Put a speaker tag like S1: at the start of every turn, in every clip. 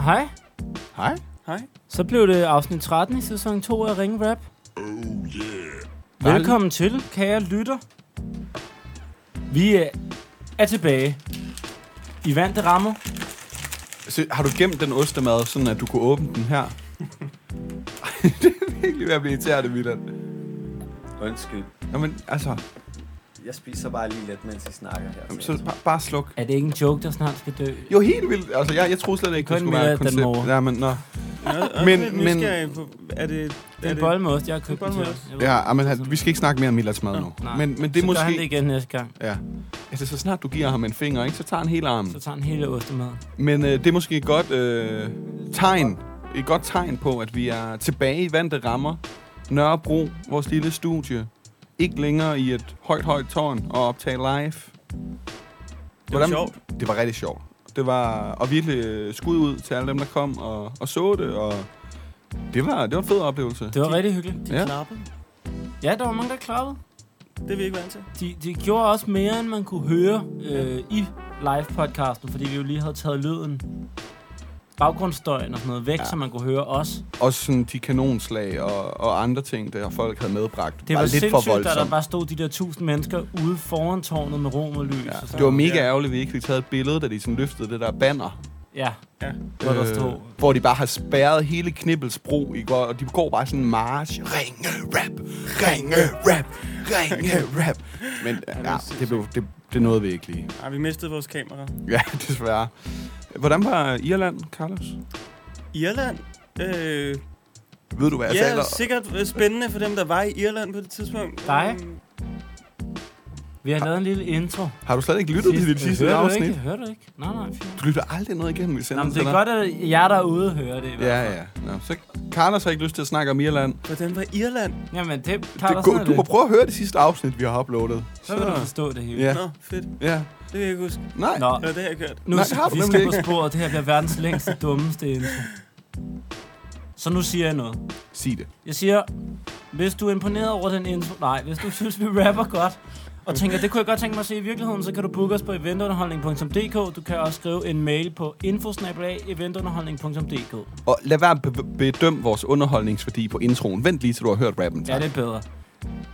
S1: Hej.
S2: Hej.
S3: Hej.
S1: Så blev det afsnit 13 i sæson 2 af Ring Rap. Oh yeah. Velkommen til, kære lytter. Vi er, er tilbage. I vante rammer.
S2: Så har du gemt den ostemad, sådan at du kunne åbne den her? Ej, det er virkelig ved at blive irriterende, Milan.
S3: Undskyld.
S2: Jamen, altså,
S3: Jeg spiser bare lige lidt, mens I snakker her.
S2: jamen, så bare, bare sluk.
S1: Er det ikke en joke, der snart skal dø?
S2: Jo, helt vildt. Altså, jeg, jeg troede slet ikke,
S1: Kun
S2: det skulle være et
S1: Milan
S2: koncept.
S1: Danmore.
S2: Ja, men, nå.
S3: Ja,
S2: Men-
S3: men, men,
S2: men-
S3: er det...
S1: Det er en bollemost, jeg har købt
S3: Det er
S1: den til
S3: bollemost.
S1: os. Jeg ved
S2: Ja,
S1: ikke.
S2: ah, men han- vi skal ikke snakke mere om Milans mad nu.
S1: Nej.
S2: Men, men det
S1: så
S2: er
S1: gør han det
S2: måske...
S1: igen næste gang.
S2: Ja. Altså, så snart du giver ham en finger, ikke, så tager han hele armen.
S1: Så tager han hele ostemaden.
S2: Men øh, det er måske et godt øh, tegn, et godt tegn på, at vi er tilbage i vante rammer. Nørrebro, vores lille studie. Ikke længere i et højt, højt tårn og optage live.
S3: Det var sjovt.
S2: Det var rigtig sjovt. Det var og virkelig øh, skud ud til alle dem, der kom og, og så det. Og det var, det var en fed oplevelse.
S1: Det var rigtig hyggeligt.
S3: De
S2: Ja.
S3: ja. knappe.
S1: Ja, der var mange, der klappede.
S3: Det er vi ikke vant til.
S1: De, de gjorde også mere, end man kunne høre øh, i live-podcasten, fordi vi jo lige havde taget lyden, baggrundsstøjen og sådan noget væk, ja. så man kunne høre os.
S2: Også sådan de kanonslag og, og andre ting, der folk havde medbragt.
S1: Det var, var
S2: lidt
S1: sindssygt,
S2: for
S1: da der
S2: voldsomt.
S1: bare stod de der tusind mennesker ude foran tårnet med rom og lys. og
S2: Ja,
S1: sådan
S2: det var
S1: noget.
S2: mega ærgerligt, at vi ikke fik taget et billede, da de sådan løftede det der banner
S1: Ja,
S3: Ja.
S1: hvor
S2: Øh.
S1: der stod...
S2: hvor de bare har spærret hele Knibbelsbro i går, og de går bare sådan en march. Ringe rap, ringe rap, ringe rap. Men ja, det, blev, det, det nåede vi ikke lige.
S3: Ej, vi mistede vores kamera.
S2: Ja, desværre. Hvordan var Irland, Carlos?
S3: Irland? Øh,
S2: Ved du, hvad jeg
S3: ja,
S2: taler
S3: sikkert øh, spændende for dem, der var i Irland på det tidspunkt.
S1: Dig?
S3: Øhm,
S1: Vi har lavet en lille intro.
S2: Har du slet ikke lyttet til dit sidste
S1: hører du
S2: afsnit?
S1: ikke? Hører du ikke? Nej, nej, fint.
S2: Du lytter aldrig noget igennem i
S1: Nå, men
S2: sendelsen,
S1: det er godt, at jer derude hører det. i hvert
S2: Ja,
S1: fald.
S2: ja. Nå, så Carlos har ikke lyst til at snakke om Irland.
S3: Hvordan var Irland?
S1: Jamen, det, Carlos,
S2: Det, er
S1: sådan er
S2: go- du må
S1: det.
S2: prøve at høre det sidste afsnit, vi har uploadet.
S1: Så vil du forstå det hele.
S2: Ja.
S3: Nå, fedt.
S2: Ja.
S3: Det kan jeg ikke huske.
S2: Nej.
S1: Nå,
S3: Eller det har jeg kørt.
S1: Nu Nej,
S2: Nej, det har du
S1: vi
S2: nemlig
S1: skal på
S2: ikke.
S1: sporet. Det her bliver verdens længste, dummeste intro. Så nu siger jeg noget.
S2: Sig det.
S1: Jeg siger, hvis du er imponeret over den intro... Nej, hvis du synes, vi rapper godt, og tænker, det kunne jeg godt tænke mig at se i virkeligheden, så kan du booke os på eventunderholdning.dk. Du kan også skrive en mail på infosnabelag.eventunderholdning.dk.
S2: Og lad være at be- bedømme vores underholdningsværdi på introen. Vent lige, til du har hørt rappen.
S1: Ja, det er bedre.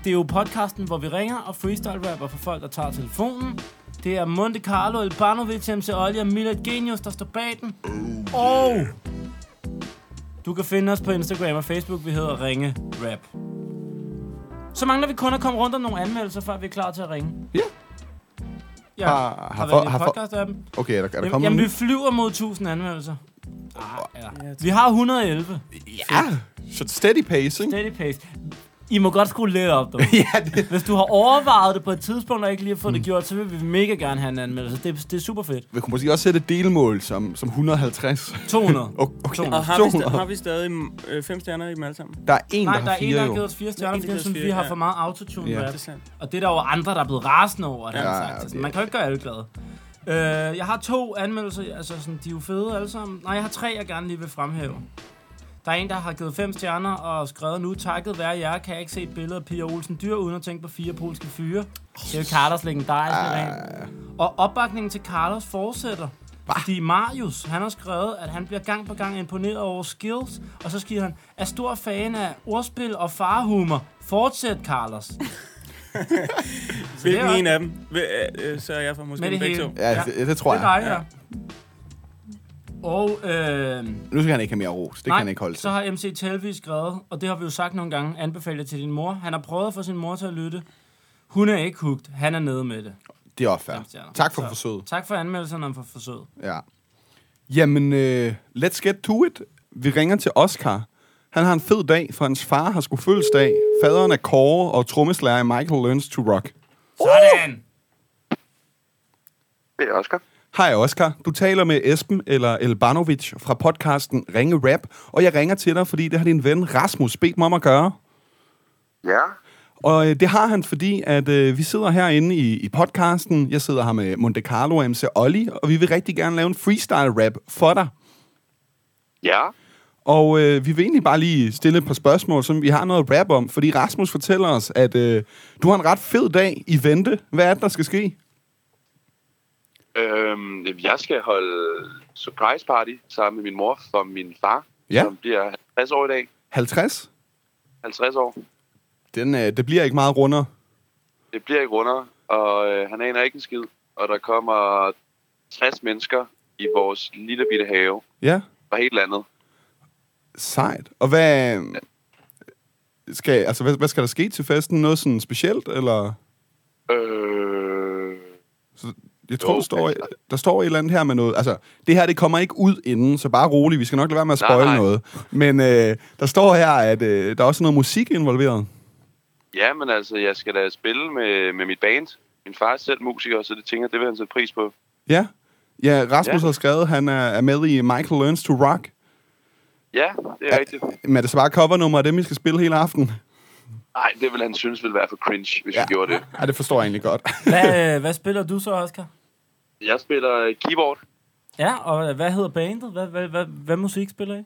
S1: Det er jo podcasten, hvor vi ringer og freestyle-rapper for folk, der tager telefonen. Det er Monte Carlo, Elbanovic, MC Olli og Milad Genius, der står bag den.
S2: Oh,
S1: Og du kan finde os på Instagram og Facebook. Vi hedder Ringe Rap. Så mangler vi kun at komme rundt om nogle anmeldelser, før vi er klar til at ringe.
S2: Ja.
S1: Ja,
S2: Har-
S1: har,
S2: har
S1: har,
S2: for-
S1: været
S2: har
S1: har
S2: for-
S1: podcast af dem.
S2: Okay, er der, er der
S1: Jamen,
S2: kommet
S1: jamen, vi
S2: nogen?
S1: flyver mod 1000 anmeldelser. Ah, ja. Vi har 111.
S2: Ja, så steady pace, ikke?
S1: Steady pace. I må godt skrue lidt op, dog.
S2: ja, det.
S1: Hvis du har overvejet det på et tidspunkt, og ikke lige har fået mm. det gjort, så vil vi mega gerne have en anmeldelse. Det, er- det er super fedt.
S2: Vi kunne måske også sætte et delmål som, som 150.
S1: 200.
S2: O- Okay,
S1: To.
S3: Og har vi, sta-
S2: 200.
S3: har vi stadig øh, fem stjerner i dem alle sammen?
S2: Der er en,
S1: Nej,
S2: der
S1: der er
S2: har
S1: en, der
S2: fire
S1: har givet
S2: jo.
S1: os fire
S3: Der er
S1: stjerner,
S3: en, der
S1: fordi han
S3: giver os
S1: synes, vi
S3: fire,
S1: har
S3: ja.
S1: for meget autotune
S2: Ja.
S1: ja.
S3: Det er sandt.
S1: Og det er der jo andre, der er blevet rasende over, det
S2: Ja,
S1: ja,
S2: ja,
S1: sagt.
S2: det-
S1: Sådan, man kan jo ikke gøre alle glade. Øh, jeg har to anmeldelser, altså sådan, de er jo fede alle sammen. Nej, jeg har tre, jeg gerne lige vil fremhæve. Der er en, der har givet fem stjerner og skrevet nu, takket være jer, kan jeg ikke se et billede af Pia Olsen Dyr, uden at tænke på fire polske fyre. Det er jo Carlos legendariske ren. Og opbakningen til Carlos fortsætter. Fordi Marius, han har skrevet, at han bliver gang på gang imponeret over skills, og så skriver han, er stor fan af ordspil og farhumor. Fortsæt, Carlos. Så det er
S3: Hvilken
S1: også-
S3: en af dem? Hvil- øh, øh, så er jeg for måske
S1: Med det
S3: begge
S1: hele.
S3: to.
S2: Ja,
S1: Ja.
S2: det, det tror
S1: Det er
S2: jeg.
S1: dig, ja. Og øh,
S2: Nu skal han ikke have mere ros. Det kan han ikke holde
S1: så
S2: til.
S1: har MC Telvi skrevet, og det har vi jo sagt nogle gange, anbefalet til din mor. Han har prøvet at få sin mor til at lytte. Hun er ikke hugt. Han er nede med det.
S2: Det er også fair.
S1: Fem stjerner.
S2: Tak for
S1: Så-
S2: forsøget.
S1: Tak for anmeldelserne og for forsøget.
S2: Ja. Jamen, øh, let's get to it. Vi ringer til Oscar. Han har en fed dag, for hans far har sgu fødselsdag. Faderen er Kåre og trommeslager i Michael Learns to Rock.
S1: Uh! Sådan!
S4: Det er Oscar.
S2: Hej Oscar, du taler med Esben eller Elbanovic fra podcasten Ringe Rap, og jeg ringer til dig, fordi det har din ven Rasmus bedt mig om at gøre.
S4: Ja.
S2: Og øh, det har han, fordi at øh, vi sidder herinde i, i podcasten, jeg sidder her med Monte Carlo og MC Olli, og vi vil rigtig gerne lave en freestyle rap for dig.
S4: Ja.
S2: Og øh, vi vil egentlig bare lige stille et par spørgsmål, som vi har noget rap om, fordi Rasmus fortæller os, at øh, du har en ret fed dag i vente. Hvad er det, der skal ske?
S4: Øhm, jeg skal holde surprise party sammen med min mor for min far,
S2: Ja.
S4: som bliver 50 år i dag.
S2: 50?
S4: 50 år.
S2: Den, øh, det bliver ikke meget rundere.
S4: Det bliver ikke rundere, og øh, han aner ikke en skid. Og der kommer 60 mennesker i vores lille bitte have
S2: Ja,
S4: fra helt landet.
S2: sejt. Og hvad... øh, Skal, altså, hvad, hvad skal der ske til festen? Noget sådan specielt, eller...
S4: Øh,
S2: Så jeg tror,
S4: Jo,
S2: der, står,
S4: altså.
S2: der står et eller andet her med noget. Altså, det her, det kommer ikke ud inden, så bare rolig. Vi skal nok lade være med at
S4: Nej,
S2: spoil
S4: nej.
S2: noget. Men øh, der står her, at øh, der er også noget musik involveret.
S4: ja, men altså, jeg skal da spille med, med mit band. Min far er selv musiker, så det tænker jeg, det vil han sætte pris på.
S2: Ja. Ja, Rasmus ja.
S4: Ja.
S2: har skrevet, han er, er med i Michael Learns to Rock.
S4: Ja, det er
S2: Ja.
S4: rigtigt.
S2: Men er det så bare covernummer af dem, vi skal spille hele aften?
S4: Nej, det vil han synes ville være for cringe, hvis
S2: Ja.
S4: ja. vi gjorde det.
S2: Ja, det forstår jeg egentlig godt.
S1: Hvad, øh, hvad spiller du så, Oscar?
S4: Jeg spiller øh, keyboard.
S1: Ja, og hvad hedder bandet? Hvad, hvad, hvad, hvad musik spiller I?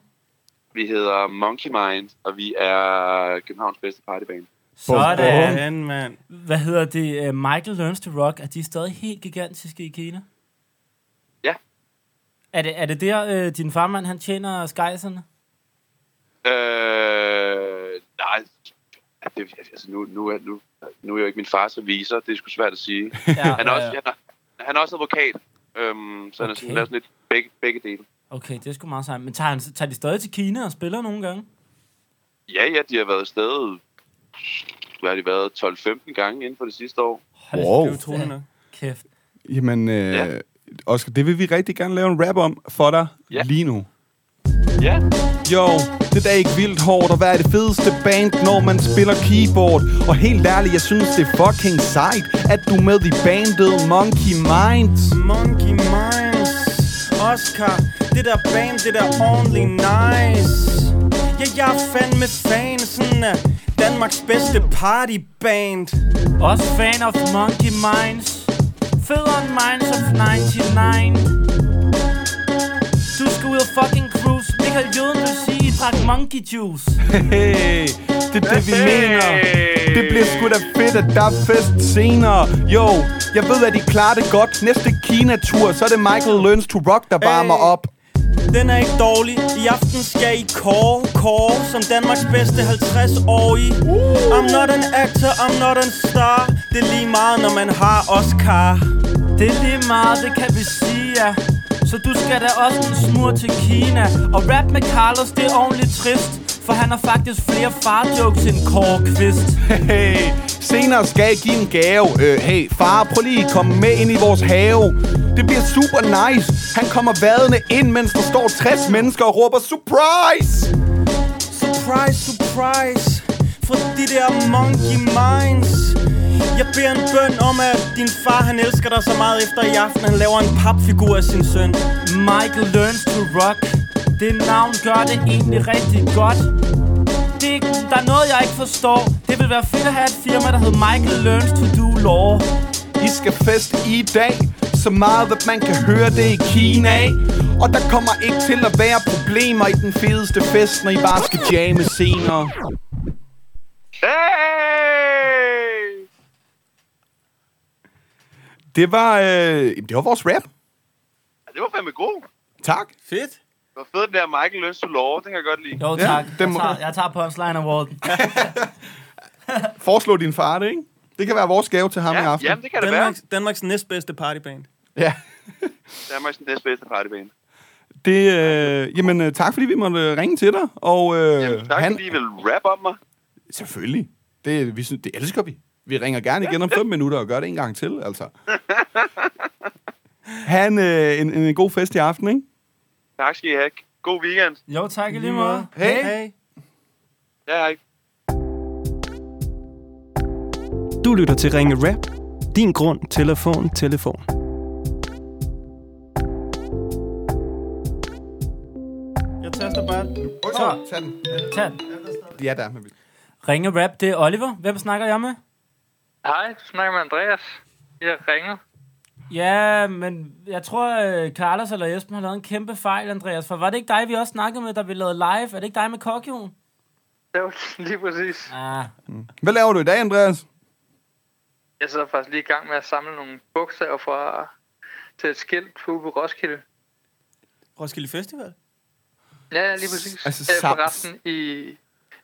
S4: Vi hedder Monkey Mind, og vi er Københavns bedste partyband.
S1: Sådan.
S3: Sådan, mand.
S1: Hvad hedder det? Øh, Michael Learns to Rock. Er de stadig helt gigantiske i Kina?
S4: Ja.
S1: Er det, er det der, øh, din farmand, han tjener skejserne?
S4: Øh, nej, ja, det, altså nu, nu, er, nu, nu er jeg jo ikke min fars revisor, det er sgu svært at sige.
S1: Ja,
S4: Han er også, han er, han er også advokat, øhm, så han er sådan,
S1: Okay.
S4: laver sådan lidt begge, begge dele.
S1: Okay, det er sgu meget sejt. Men tager, han, tager de stadig til Kina og spiller nogle gange?
S4: Ja, ja, de har været afsted, hvad har de været, 12-15 gange inden for det sidste år.
S1: Hold
S2: Wow.
S3: Det er utroligt nok.
S1: Kæft.
S2: Jamen, øh, ja.
S4: Ja.
S2: Oscar, det vil vi rigtig gerne lave en rap om for dig ja.
S4: Ja.
S2: lige nu.
S4: Ja,
S2: Jo, det er da ikke vildt hårdt, og hvad er det fedeste band, når man spiller keyboard? Og helt ærligt, jeg synes, det er fucking sejt, at du er med i bandet Monkey Mind.
S3: Monkey Minds Oscar Det der band, det der only nice Ja, jeg er fandme fansen af øh, Danmarks bedste partyband
S1: Også fan of Monkey Minds. Fed on Minds of 99. Du skal ud og fucking cruise. Michael Jøden vil sige, I drak monkey juice.
S2: Hey, det er det, vi mener. Det bliver sgu da fedt, at der er fest senere. Jo, jeg ved, at I klarer det godt. Næste Kina-tur, så er det Michael Learns to Rock, der varmer
S3: Hey.
S2: op.
S3: Den er ikke dårlig I aften skal I kåre, kåre Som Danmarks bedste 50-årige
S1: Uh.
S3: I'm not an actor, I'm not an star Det er lige meget, når man har Oscar
S1: Det er lige meget, det kan vi sige, ja. Så du skal da også en smur til Kina. Og rap med Carlos, det er ordentligt trist. For han har faktisk flere farjokes end Kåre Kvist.
S2: Hey, senere skal jeg give en gave. Øh, hey, far, prøv lige at komme med ind i vores have. Det bliver super nice. Han kommer vadende ind, mens der står 60 mennesker og råber surprise.
S3: Surprise, surprise Fra de der monkey minds Jeg beder en bøn om, at din far han elsker dig så meget efter i aften Han laver en papfigur af sin søn
S1: Michael Learns to Rock. Det navn gør det egentlig rigtig godt. Det, er ikke- der er noget, jeg ikke forstår. Det ville være fedt at have et firma, der hed Michael Learns to Do Law.
S2: I skal fest i dag. Så meget, at man kan høre det i Kina. Og der kommer ikke til at være problemer i den fedeste fest, når I bare skal jamme senere.
S4: hey!
S2: Det var, øh, det var vores rap.
S4: Ja, det var fandme god.
S2: Tak.
S3: Fedt
S4: Det var fedt, den der Michael Lønns to Law, den kan jeg godt lide.
S1: Jo,
S2: Ja,
S1: tak.
S2: det
S1: jeg,
S2: må-
S1: tager, jeg tager punchline awarden.
S2: Foreslå din far det, ikke? Det kan være vores gave til ham i
S4: Ja,
S2: aften.
S4: jamen, det kan det være.
S3: Danmarks, Danmarks næstbedste partyband
S2: Ja.
S4: Danmarks næstbedste partyband.
S2: Det, øh, jamen, øh, tak fordi vi måtte øh, ringe til dig. Og øh,
S4: Jamen, tak,
S2: han,
S4: fordi I vil rap om mig.
S2: selvfølgelig. Det, vi synes, det elsker vi. Vi ringer gerne igen om fem minutter og gør det en gang til, altså. Han øh, en, en god fest i aften, ikke?
S4: Tak skal I have. God weekend.
S1: Jo, tak i lige måde.
S2: Hey.
S3: hey.
S4: Ja, hej.
S3: Du lytter til Ringe Rap Din grund, telefon, telefon
S1: Jeg taster bare den.
S2: Så, tag den.
S1: Tag den.
S2: Ja, der. er med-
S1: Ringe rap, det er Oliver. Hvem snakker jeg med?
S5: Hej, du snakker med Andreas. Jeg ringer.
S1: Ja, men jeg tror, øh, Carlos eller Esben har lavet en kæmpe fejl, Andreas. For var det ikke dig, vi også snakkede med, da vi lavede live? Er det ikke dig med kokkejonen?
S5: Det var lige præcis.
S1: Ah,
S2: Hvad laver du i dag, Andreas?
S5: Jeg sidder faktisk lige i gang med at samle nogle bogstaver fra til et skilt på Uwe Roskilde.
S3: Roskilde Festival?
S5: Ja, ja, lige præcis.
S2: Altså,
S5: Altså,
S2: samt-
S5: forresten, I,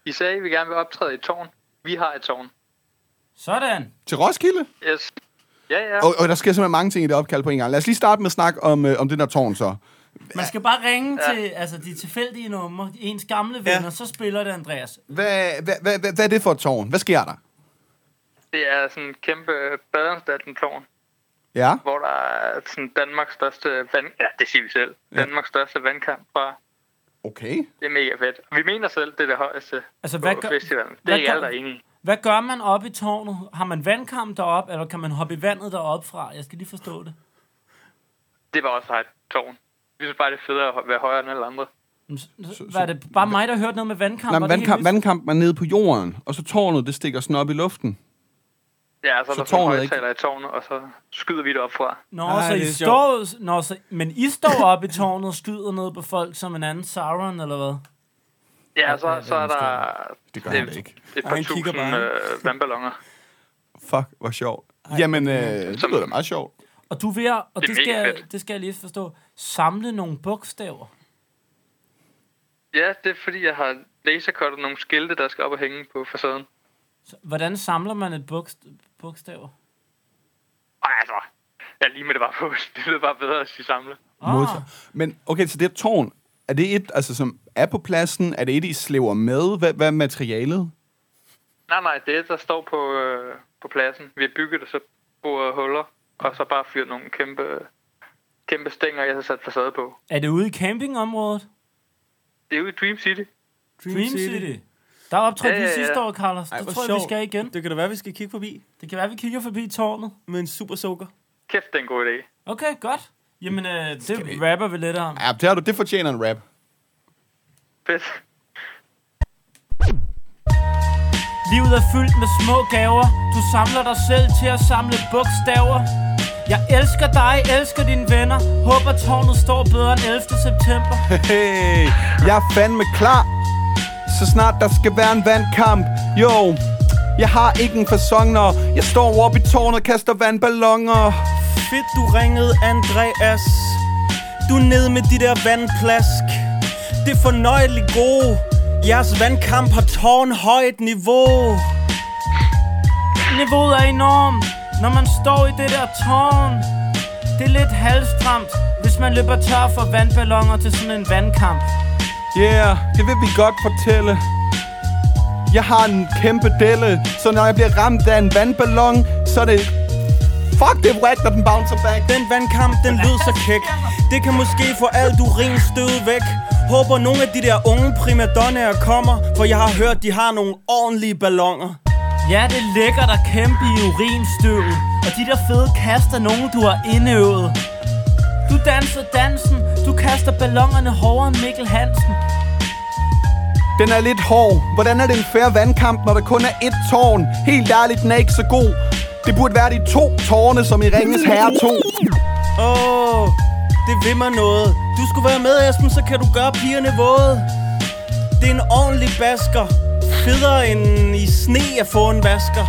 S5: I sagde, at vi gerne vil optræde i et tårn. Vi har et tårn.
S1: Sådan.
S2: Til Roskilde?
S5: Yes. Ja, ja.
S2: Og, og der sker simpelthen mange ting i det opkald på en gang. Lad os lige starte med at snakke om, øh, om det der tårn så.
S1: Man skal bare ringe ja. til altså, de tilfældige numre, ens gamle venner, ja. så spiller det Andreas.
S2: Hvad, hvad, hvad, hvad, hvad er det for et tårn? Hvad sker der?
S5: Det er sådan en kæmpe Badenstaten-tårn,
S2: Ja,
S5: hvor der er sådan Danmarks største vand... Ja, det siger vi selv. Danmarks største vandkamp fra...
S2: okay.
S5: Det er mega fedt. Vi mener selv, det er det højeste
S1: Altså,
S5: hvad
S1: hvad
S5: på
S1: gør,
S5: festivalen. Det er
S1: hvad
S5: ikke alle,
S1: gør-
S5: der er enige i.
S1: hvad gør man oppe i tårnet? Har man vandkamp deroppe, eller kan man hoppe i vandet deroppe fra? Jeg skal lige forstå det.
S5: Det var også bare et tårn. Vi synes bare, det er federe at være højere end alle andre.
S1: Men s- Hvad er det bare mig, der hørte noget med vandkamp?
S2: Nå,
S1: Var
S2: men
S1: det helt
S2: vandkamp,
S1: nyt?
S2: vandkampen er nede på jorden, og så tårnet, det stikker sådan op i luften.
S5: Ja, så er
S2: Så
S5: der sådan en
S2: tårnet er ikke-
S5: højtaler i tårnet, og så skyder vi det op fra.
S1: Nå,
S3: Ej,
S1: så
S3: det
S1: I
S3: er
S1: står, nå, så, men I står oppe i tårnet og skyder ned på folk som en anden Sauron, eller hvad?
S5: Ja, så, så er der
S2: Det gør
S5: Det-
S2: han da ikke.
S5: et
S3: Ej,
S5: par
S3: han kigger
S5: tusind
S3: bare.
S5: øh, vandballoner.
S2: Fuck, hvor sjovt. Jamen, øh, det lyder da meget sjovt.
S1: Og du er ved at, og
S5: Det
S1: det,
S5: er
S1: det, skal
S5: mega
S1: jeg,
S5: fedt.
S1: det skal jeg lige forstå, samle nogle bogstaver.
S5: Ja, det er fordi, jeg har laserkottet nogle skilte, der skal op og hænge på facaden.
S1: Så, hvordan samler man et bogst- bogstaver?
S5: Ej, altså. Jeg lige med det bare på. Det lyder bare bedre at sige samle.
S2: Modtager. Men okay, så det her tårn, er det et, altså, som er på pladsen? Er det et, I slæver med? Hvad, hvad er materialet?
S5: Nej, nej, det er der står på, øh, på pladsen. Vi har bygget det, så boret huller, og så bare fyret nogle kæmpe, kæmpe stænger, jeg har sat facade på.
S1: Er det ude i campingområdet?
S5: Det er jo i Dream City.
S1: Dream, City. City. Der optrådte
S5: Ja,
S1: vi
S5: ja, ja.
S1: sidste år, Carlos.
S3: Ej,
S1: det
S3: hvor
S1: tror jeg,
S3: sjovt.
S1: vi skal igen.
S3: Det kan da være, vi skal kigge forbi
S1: Det kan være, vi kigger forbi tårnet.
S3: med en super soaker.
S5: Kæft, det er en god idé.
S1: Okay, godt. Jamen, øh, det rapper vi lidt om.
S2: Ja, det, har du, det fortjener en rap.
S5: Fedt.
S1: Livet er fyldt med små gaver Du samler dig selv til at samle bogstaver Jeg elsker dig, elsker dine venner Håber tårnet står bedre end 11. september
S2: Hey, jeg er fandme klar Så snart der skal være en vandkamp Jo, jeg har ikke en fasong, når Jeg står oppe i tårnet og kaster vandballoner
S3: Fedt, du ringede Andreas. Du er nede med de der vandplask. Det er fornøjeligt gode. Jeres vandkamp har tårnhøjt niveau.
S1: Niveauet er enormt Når man står i det der tårn Det er lidt halvstramt Hvis man løber tør for vandballoner til sådan en vandkamp
S2: Yeah, det vil vi godt fortælle Jeg har en kæmpe delle Så når jeg bliver ramt af en vandballon Så er det Fuck, det er whack, når den bouncer back
S3: Den vandkamp, den lød så kæk. Det kan måske få al du ring stød væk. Håber nogle af de der unge primadonnaer kommer, for jeg har hørt, de har nogle ordentlige ballonger.
S1: Ja, det er lækkert at kæmpe i urinstøvet Og de der fede kast er nogen, du har indøvet Du danser dansen Du kaster ballongerne hårdere end Mikkel Hansen
S2: Den er lidt hård. Hvordan er det en fair vandkamp, når der kun er ét tårn? Helt ærligt, den er ikke så god. Det burde være de to tårne, som i Ringens Herre 2.
S3: Åh, oh, det vil mig noget. Du skulle være med, Esben, så kan du gøre pigerne våde. Det er en ordentlig basker. Federe end i sne at få en vasker.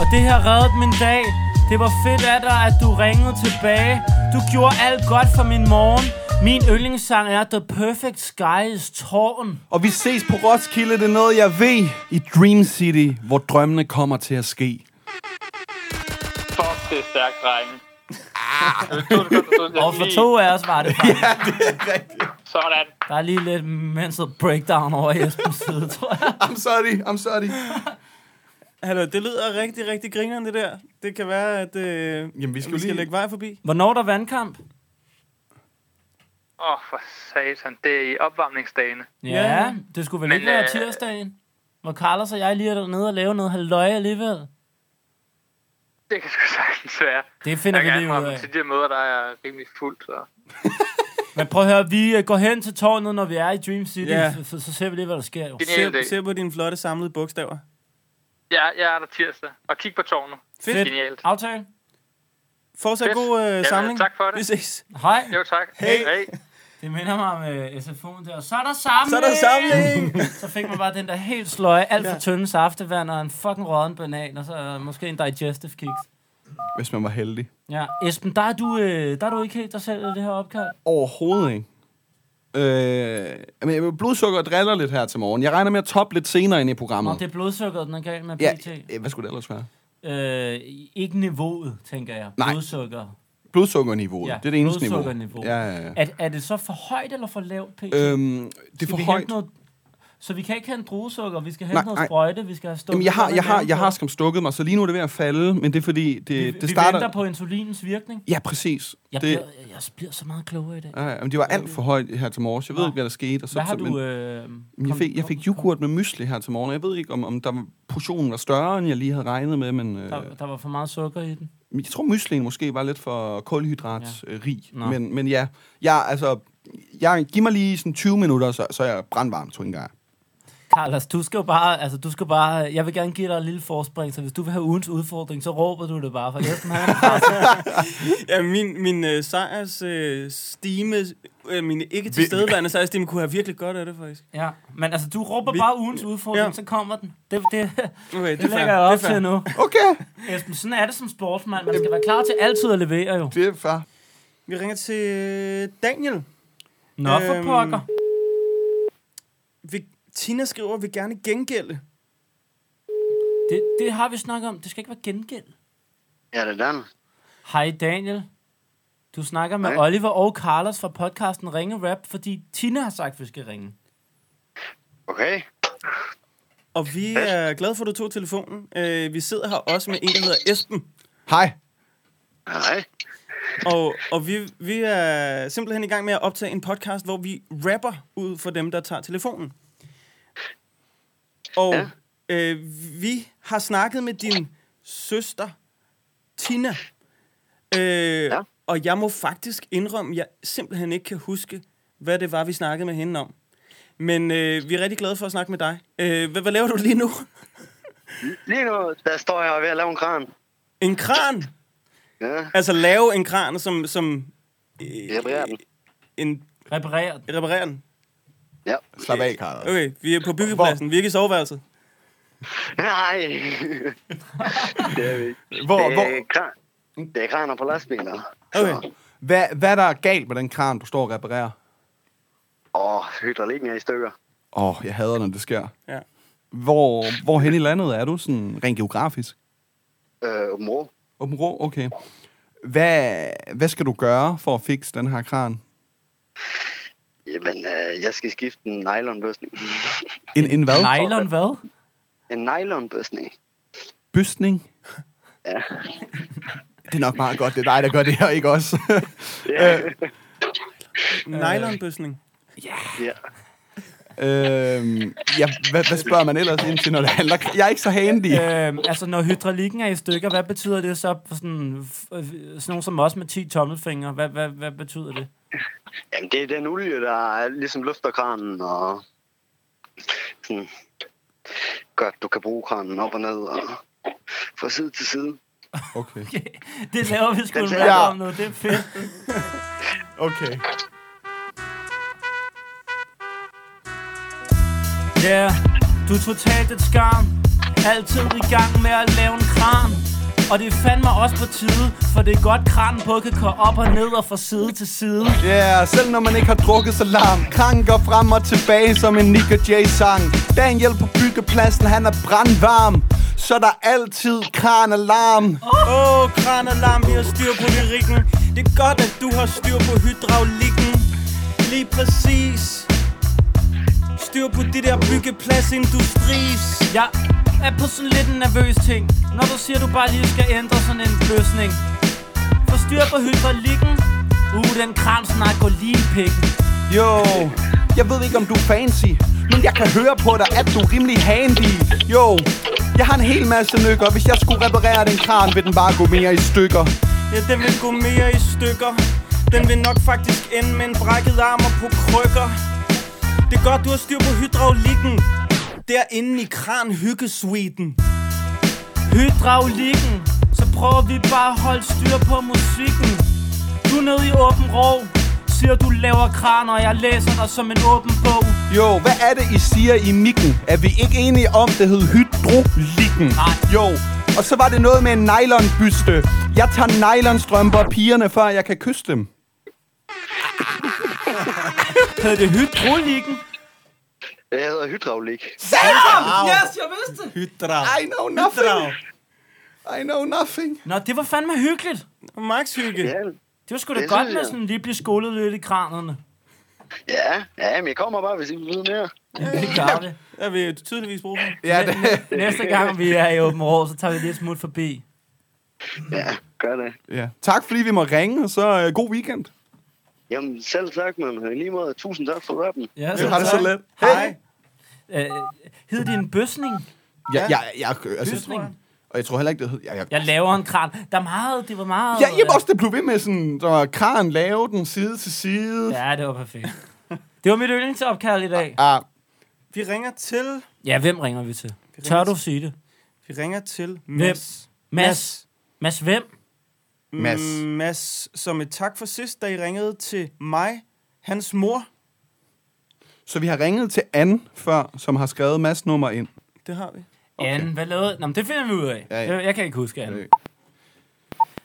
S1: Og det her reddede min dag Det var fedt af dig, at du ringede tilbage Du gjorde alt godt for min morgen Min yndlingssang er The Perfect Sky is Tårn
S2: Og vi ses på Roskilde, det er noget, jeg ved. I Dream City, hvor drømmene kommer til at ske.
S5: Fuck, det er stærkt, drenge. Det tog det kun, det tog
S1: Ah. Og
S5: det
S1: for
S5: lige.
S1: to af os var det faktisk
S5: Sådan.
S1: Der er lige lidt mental breakdown over i Esbens side, tror jeg
S2: I'm sorry, I'm sorry.
S3: Hallo, det lyder rigtig, rigtig grinerende, det der. Det kan være, at øh,
S2: Jamen, vi skal
S3: vi skal
S2: lige-
S3: lægge vej forbi.
S1: Hvornår er der vandkamp?
S5: Åh, oh, for satan. Det er i opvarmningsdagene.
S1: Ja, det skulle vel
S5: Men,
S1: ikke være
S5: øh,
S1: tirsdagen, hvor Carlos og jeg lige er dernede og laver noget halvøje alligevel.
S5: Det kan sgu sagtens være.
S1: Det
S5: Jeg
S1: finder vi
S5: kan
S1: lige ud
S5: anrømme
S1: af.
S5: til de her møder, der er rimelig fuldt. Så.
S1: Men prøv at høre, vi øh, går hen til tårnet, når vi er i Dream City,
S3: Ja.
S1: f- f- så ser vi lige, hvad der sker. Jo.
S5: Genial
S3: Se,
S5: idé.
S3: se på dine flotte samlede bogstaver.
S5: Ja, jeg er der tirsdag. Og kig på tårnet.
S1: Fedt.
S5: Genialt.
S1: Aftale.
S3: Fortsat
S5: Fedt.
S3: god øh,
S5: Jamen,
S3: samling.
S5: tak for det.
S3: Vi ses.
S1: Hej.
S5: Jo, tak. Hey. hey.
S1: Det minder mig om øh, SFO'en der. Så er der samling!
S3: Så er der samling!
S1: Så fik man bare den der helt sløje, alt for tynde saftevand og en fucking rådden banan, og så øh, måske en digestive kiks.
S2: Hvis man var heldig.
S1: Ja, Esben, der er du, øh, der er du ikke helt dig selv i det her opkald.
S2: Overhovedet ikke. Øh, men blodsukker driller lidt her til morgen. Jeg regner med at toppe lidt senere ind i
S1: Nå,
S2: programmet.
S1: det er blodsukkeret, den er gal med
S2: ja,
S1: PT.
S2: øh, hvad skulle det ellers være?
S1: Øh, ikke niveauet, tænker jeg.
S2: Nej.
S1: Blodsukker.
S2: Blodsukkerniveauet.
S1: Ja,
S2: Ja, det er det eneste niveau.
S1: blodsukkerniveau.
S2: Ja, ja, ja.
S1: Er, er det så for højt eller for lavt, PT?
S2: Øhm, det er
S1: Skal
S2: for
S1: vi
S2: højt.
S1: hente Noget... Så vi kan ikke have en druesukker, vi skal have
S2: Nej,
S1: noget
S2: nej.
S1: sprøjte, vi skal have stukket.
S2: Jamen, jeg har,
S1: noget
S2: jeg har,
S1: andet
S2: jeg har
S1: på.
S2: skam stukket mig, så lige nu er det ved at falde, men det er fordi, det,
S1: vi,
S2: det
S1: vi
S2: starter...
S1: venter på insulinens virkning.
S2: Ja, præcis.
S1: Jeg, det...
S2: det,
S1: bliver, jeg, jeg bliver så meget klogere i dag.
S2: ja, ja, men det var alt for højt her til morgen, så jeg ved
S1: Nå.
S2: ikke, hvad der skete. Og så,
S1: Hvad har
S2: så- men-
S1: du... Øh,
S2: Jamen, Jeg
S1: kom-
S2: fik, jeg
S1: kom-
S2: fik yoghurt med mysli her til morgen. Jeg ved ikke, om, om der, var- portionen var større, end jeg lige havde regnet med, men øh,
S1: Der, der var for meget sukker i den.
S2: jeg tror, myslien måske var lidt for kulhydratrig.
S1: Nå.
S2: Ja. Men, men ja, jeg, altså, jeg, giv mig lige sådan 20 minutter, så, så er jeg brandvarm, tror jeg. ikke engang.
S1: Carlos, du skal jo bare, altså du skal bare, jeg vil gerne give dig et lille forspring, så hvis du vil have ugens udfordring, så råber du det bare, for Esben han er presset.
S3: Ja, min, min øh, sejrs øh, stime, øh, min ikke tilstedeværende sejrs stime, kunne have virkelig godt af det, faktisk.
S1: Ja, men altså du råber
S3: Vi-
S1: bare ugens udfordring, ja.
S3: Ja.
S1: så kommer den. Det, det, det,
S3: Okay,
S1: det
S3: fair,
S1: lægger jeg
S3: det er
S1: op
S3: fair.
S1: til nu.
S2: Okay,
S1: Esben, sådan er det som sportsmand, man skal være klar til altid at levere jo.
S2: det er fair.
S3: Vi ringer til øh, Daniel.
S1: Nå for
S3: Øhm,
S1: pokker.
S3: Vi, Tina skriver, vil gerne gengælde.
S1: Det, det har vi snakket om, det skal ikke være gengæld.
S6: Ja, det er Dan.
S1: Hej Daniel. Du snakker med
S6: Hej.
S1: Oliver og Carlos fra podcasten Ringe Rap, fordi Tina har sagt, at vi skal ringe.
S6: Okay.
S3: Og vi er glade for, at du tog telefonen. Øh, vi sidder her også med en, der hedder Esben.
S2: Hej.
S6: Hej.
S3: Og, og vi, vi er simpelthen i gang med at optage en podcast, hvor vi rapper ud for dem, der tager telefonen. Og ja.
S6: Ja.
S3: øh, vi har snakket med din søster, Tina. Øh, ja. Og jeg må faktisk indrømme, at jeg simpelthen ikke kan huske, hvad det var, vi snakkede med hende om. Men øh, vi er rigtig glade for at snakke med dig. Øh, hvad, hvad laver du lige nu?
S6: Lige nu, der står jeg og er ved at lave en kran.
S3: En kran!
S6: Ja,
S3: Altså lave en kran, som... som øh,
S6: jeg bærer den.
S3: en
S1: Reparer den.
S3: reparerer den.
S6: Ja.
S2: Slap af, Karl.
S3: Okay, vi er på byggepladsen. Vi er ikke i soveværelset.
S6: Nej. det er vi ikke.
S2: Hvor,
S6: det, er
S2: hvor,
S6: kran. det er kraner på lastbiler.
S3: Okay.
S2: hvad, hvad er der galt med den kran, du står og reparerer?
S6: Åh, hydraulikken er i stykker.
S2: Åh, oh, jeg hader, når det sker.
S3: Ja.
S2: Hvor, hvor hen i landet er du, sådan rent geografisk?
S6: Øh, Åben Rå.
S2: Åben Rå, okay. Hvad, hvad skal du gøre for at fikse den her kran?
S6: Jamen, øh, jeg skal skifte en nylonbøsning.
S2: En, en hvad?
S1: Nylon hvad?
S6: en nylonbøsning?
S2: Bøsning?
S6: Ja.
S2: Det er nok meget godt, det er dig, der gør det her, ikke også? øh,
S3: Nylonbøsning.
S6: Ja.
S2: øh, ja, hvad, hvad spørger man ellers ind til, når det handler? Jeg er ikke så handy.
S1: øhm, altså, når hydraulikken er i stykker, hvad betyder det så for sådan, f- øh, sådan nogen som os med 10 tommelfingre? Hvad, hvad, hvad betyder det?
S6: Jamen, det er den olie, der ligesom løfter kranen og sådan, gør, at du kan bruge kranen op og ned og fra side til side.
S2: Okay.
S1: Det laver vi sgu en
S6: tager
S1: rap
S2: jeg.
S1: om nu, det er fedt.
S2: okay.
S1: Ja, yeah. du er totalt et skarn Altid i gang med at lave en kran Og det er fandme også på tide For det er godt kranen på kan gå op og ned og fra side til side
S2: Ja, yeah, selv når man ikke har drukket så larm Kranker frem og tilbage som en Nick og Jay-sang Daniel på byggepladsen, han er brandvarm Så er der altid kranalarm
S3: Åh, oh, kranalarm, vi har styr på lyrikken. Det er godt, at du har styr på hydraulikken. Lige præcis. Styr på det der byggepladsindustris.
S1: Jeg er på sådan lidt en nervøs ting Når du siger, du bare lige skal ændre sådan en løsning Forstyr på hydraulikken Uh, den kramsnak går lige i pikken
S2: Jo, jeg ved ikke om du er fancy Men jeg kan høre på dig, at du er rimelig handy Jo, jeg har en hel masse nykker Hvis jeg skulle reparere den kran, vil den bare gå mere i stykker
S3: Ja, den vil gå mere i stykker. Den vil nok faktisk ende med en brækket arm og på krykker. Det er godt, du har styr på hydraulikken. Derinde i kran hyggesuiten.
S1: hydraulikken Så prøver vi bare at holde styr på musikken Du er nede i åben rå Siger du laver kraner, og jeg læser dig som en åben bog
S2: Jo, hvad er det, I siger i mikken? Er vi ikke enige om, det hed hydrolikken?
S1: Nej.
S2: Jo, og så var det noget med en nylonbyste. Jeg tager nylonstrømper af pigerne, før jeg kan kysse dem.
S1: Hed det hydraulikken?
S6: Jeg hedder hydraulik.
S1: Selvom!
S3: Wow.
S1: Yes, jeg vidste det!
S3: Hydrav.
S2: I know nothing.
S3: Hydrav.
S2: I know nothing.
S1: Nå, det var fandme hyggeligt.
S3: Max hygge.
S6: Ja,
S1: Det var sgu da
S6: Det
S1: godt
S6: synes
S1: med
S6: jeg.
S1: sådan lige blive skullet lidt i kranerne.
S6: ja, ja, men jeg kommer bare, hvis I vil vide mere.
S1: Det gør det.
S3: Jeg vil tydeligvis bruge for.
S2: Ja, det,
S1: Næste gang vi er i Åben Rå, så tager vi lige et smut forbi.
S6: Ja, gør det.
S2: ja. Tak fordi vi må ringe, og så øh, god weekend.
S6: Jamen, selv tak, men i lige måde, tusind tak for rappen.
S1: Ja,
S2: Jeg har det så let.
S3: Hej.
S1: Øh, hed det en bøsning?
S2: Ja, ja, ja, øh, altså,
S1: Bøsning?
S2: og jeg tror heller ikke, det hed... Ja, ja.
S1: Jeg laver en kran. Der er meget, det var meget...
S2: Ja, jamen også, det blev ved med sådan, der var kran lave den side til side. Ja.
S1: Ja, det var perfekt. Det var mit yndlingsopkald i dag.
S2: Ah,
S3: Vi ringer til...
S1: Ja, hvem ringer vi til?
S3: ringer
S1: Tør du
S3: til-
S1: sige det?
S3: Vi ringer til Mads.
S1: Mads. Mads hvem?
S2: Mads.
S3: Mm, Mads, som et tak for sidst, da I ringede til mig, hans mor.
S2: så vi har ringet til Anne før, som har skrevet Mads nummer ind.
S3: Det har vi.
S1: Okay. Anne, hvad lavede... Nå, men det finder vi ud af.
S2: Ja,
S1: Ja,
S2: ja.
S1: ja. Jeg kan ikke huske, Anne.
S2: Øh.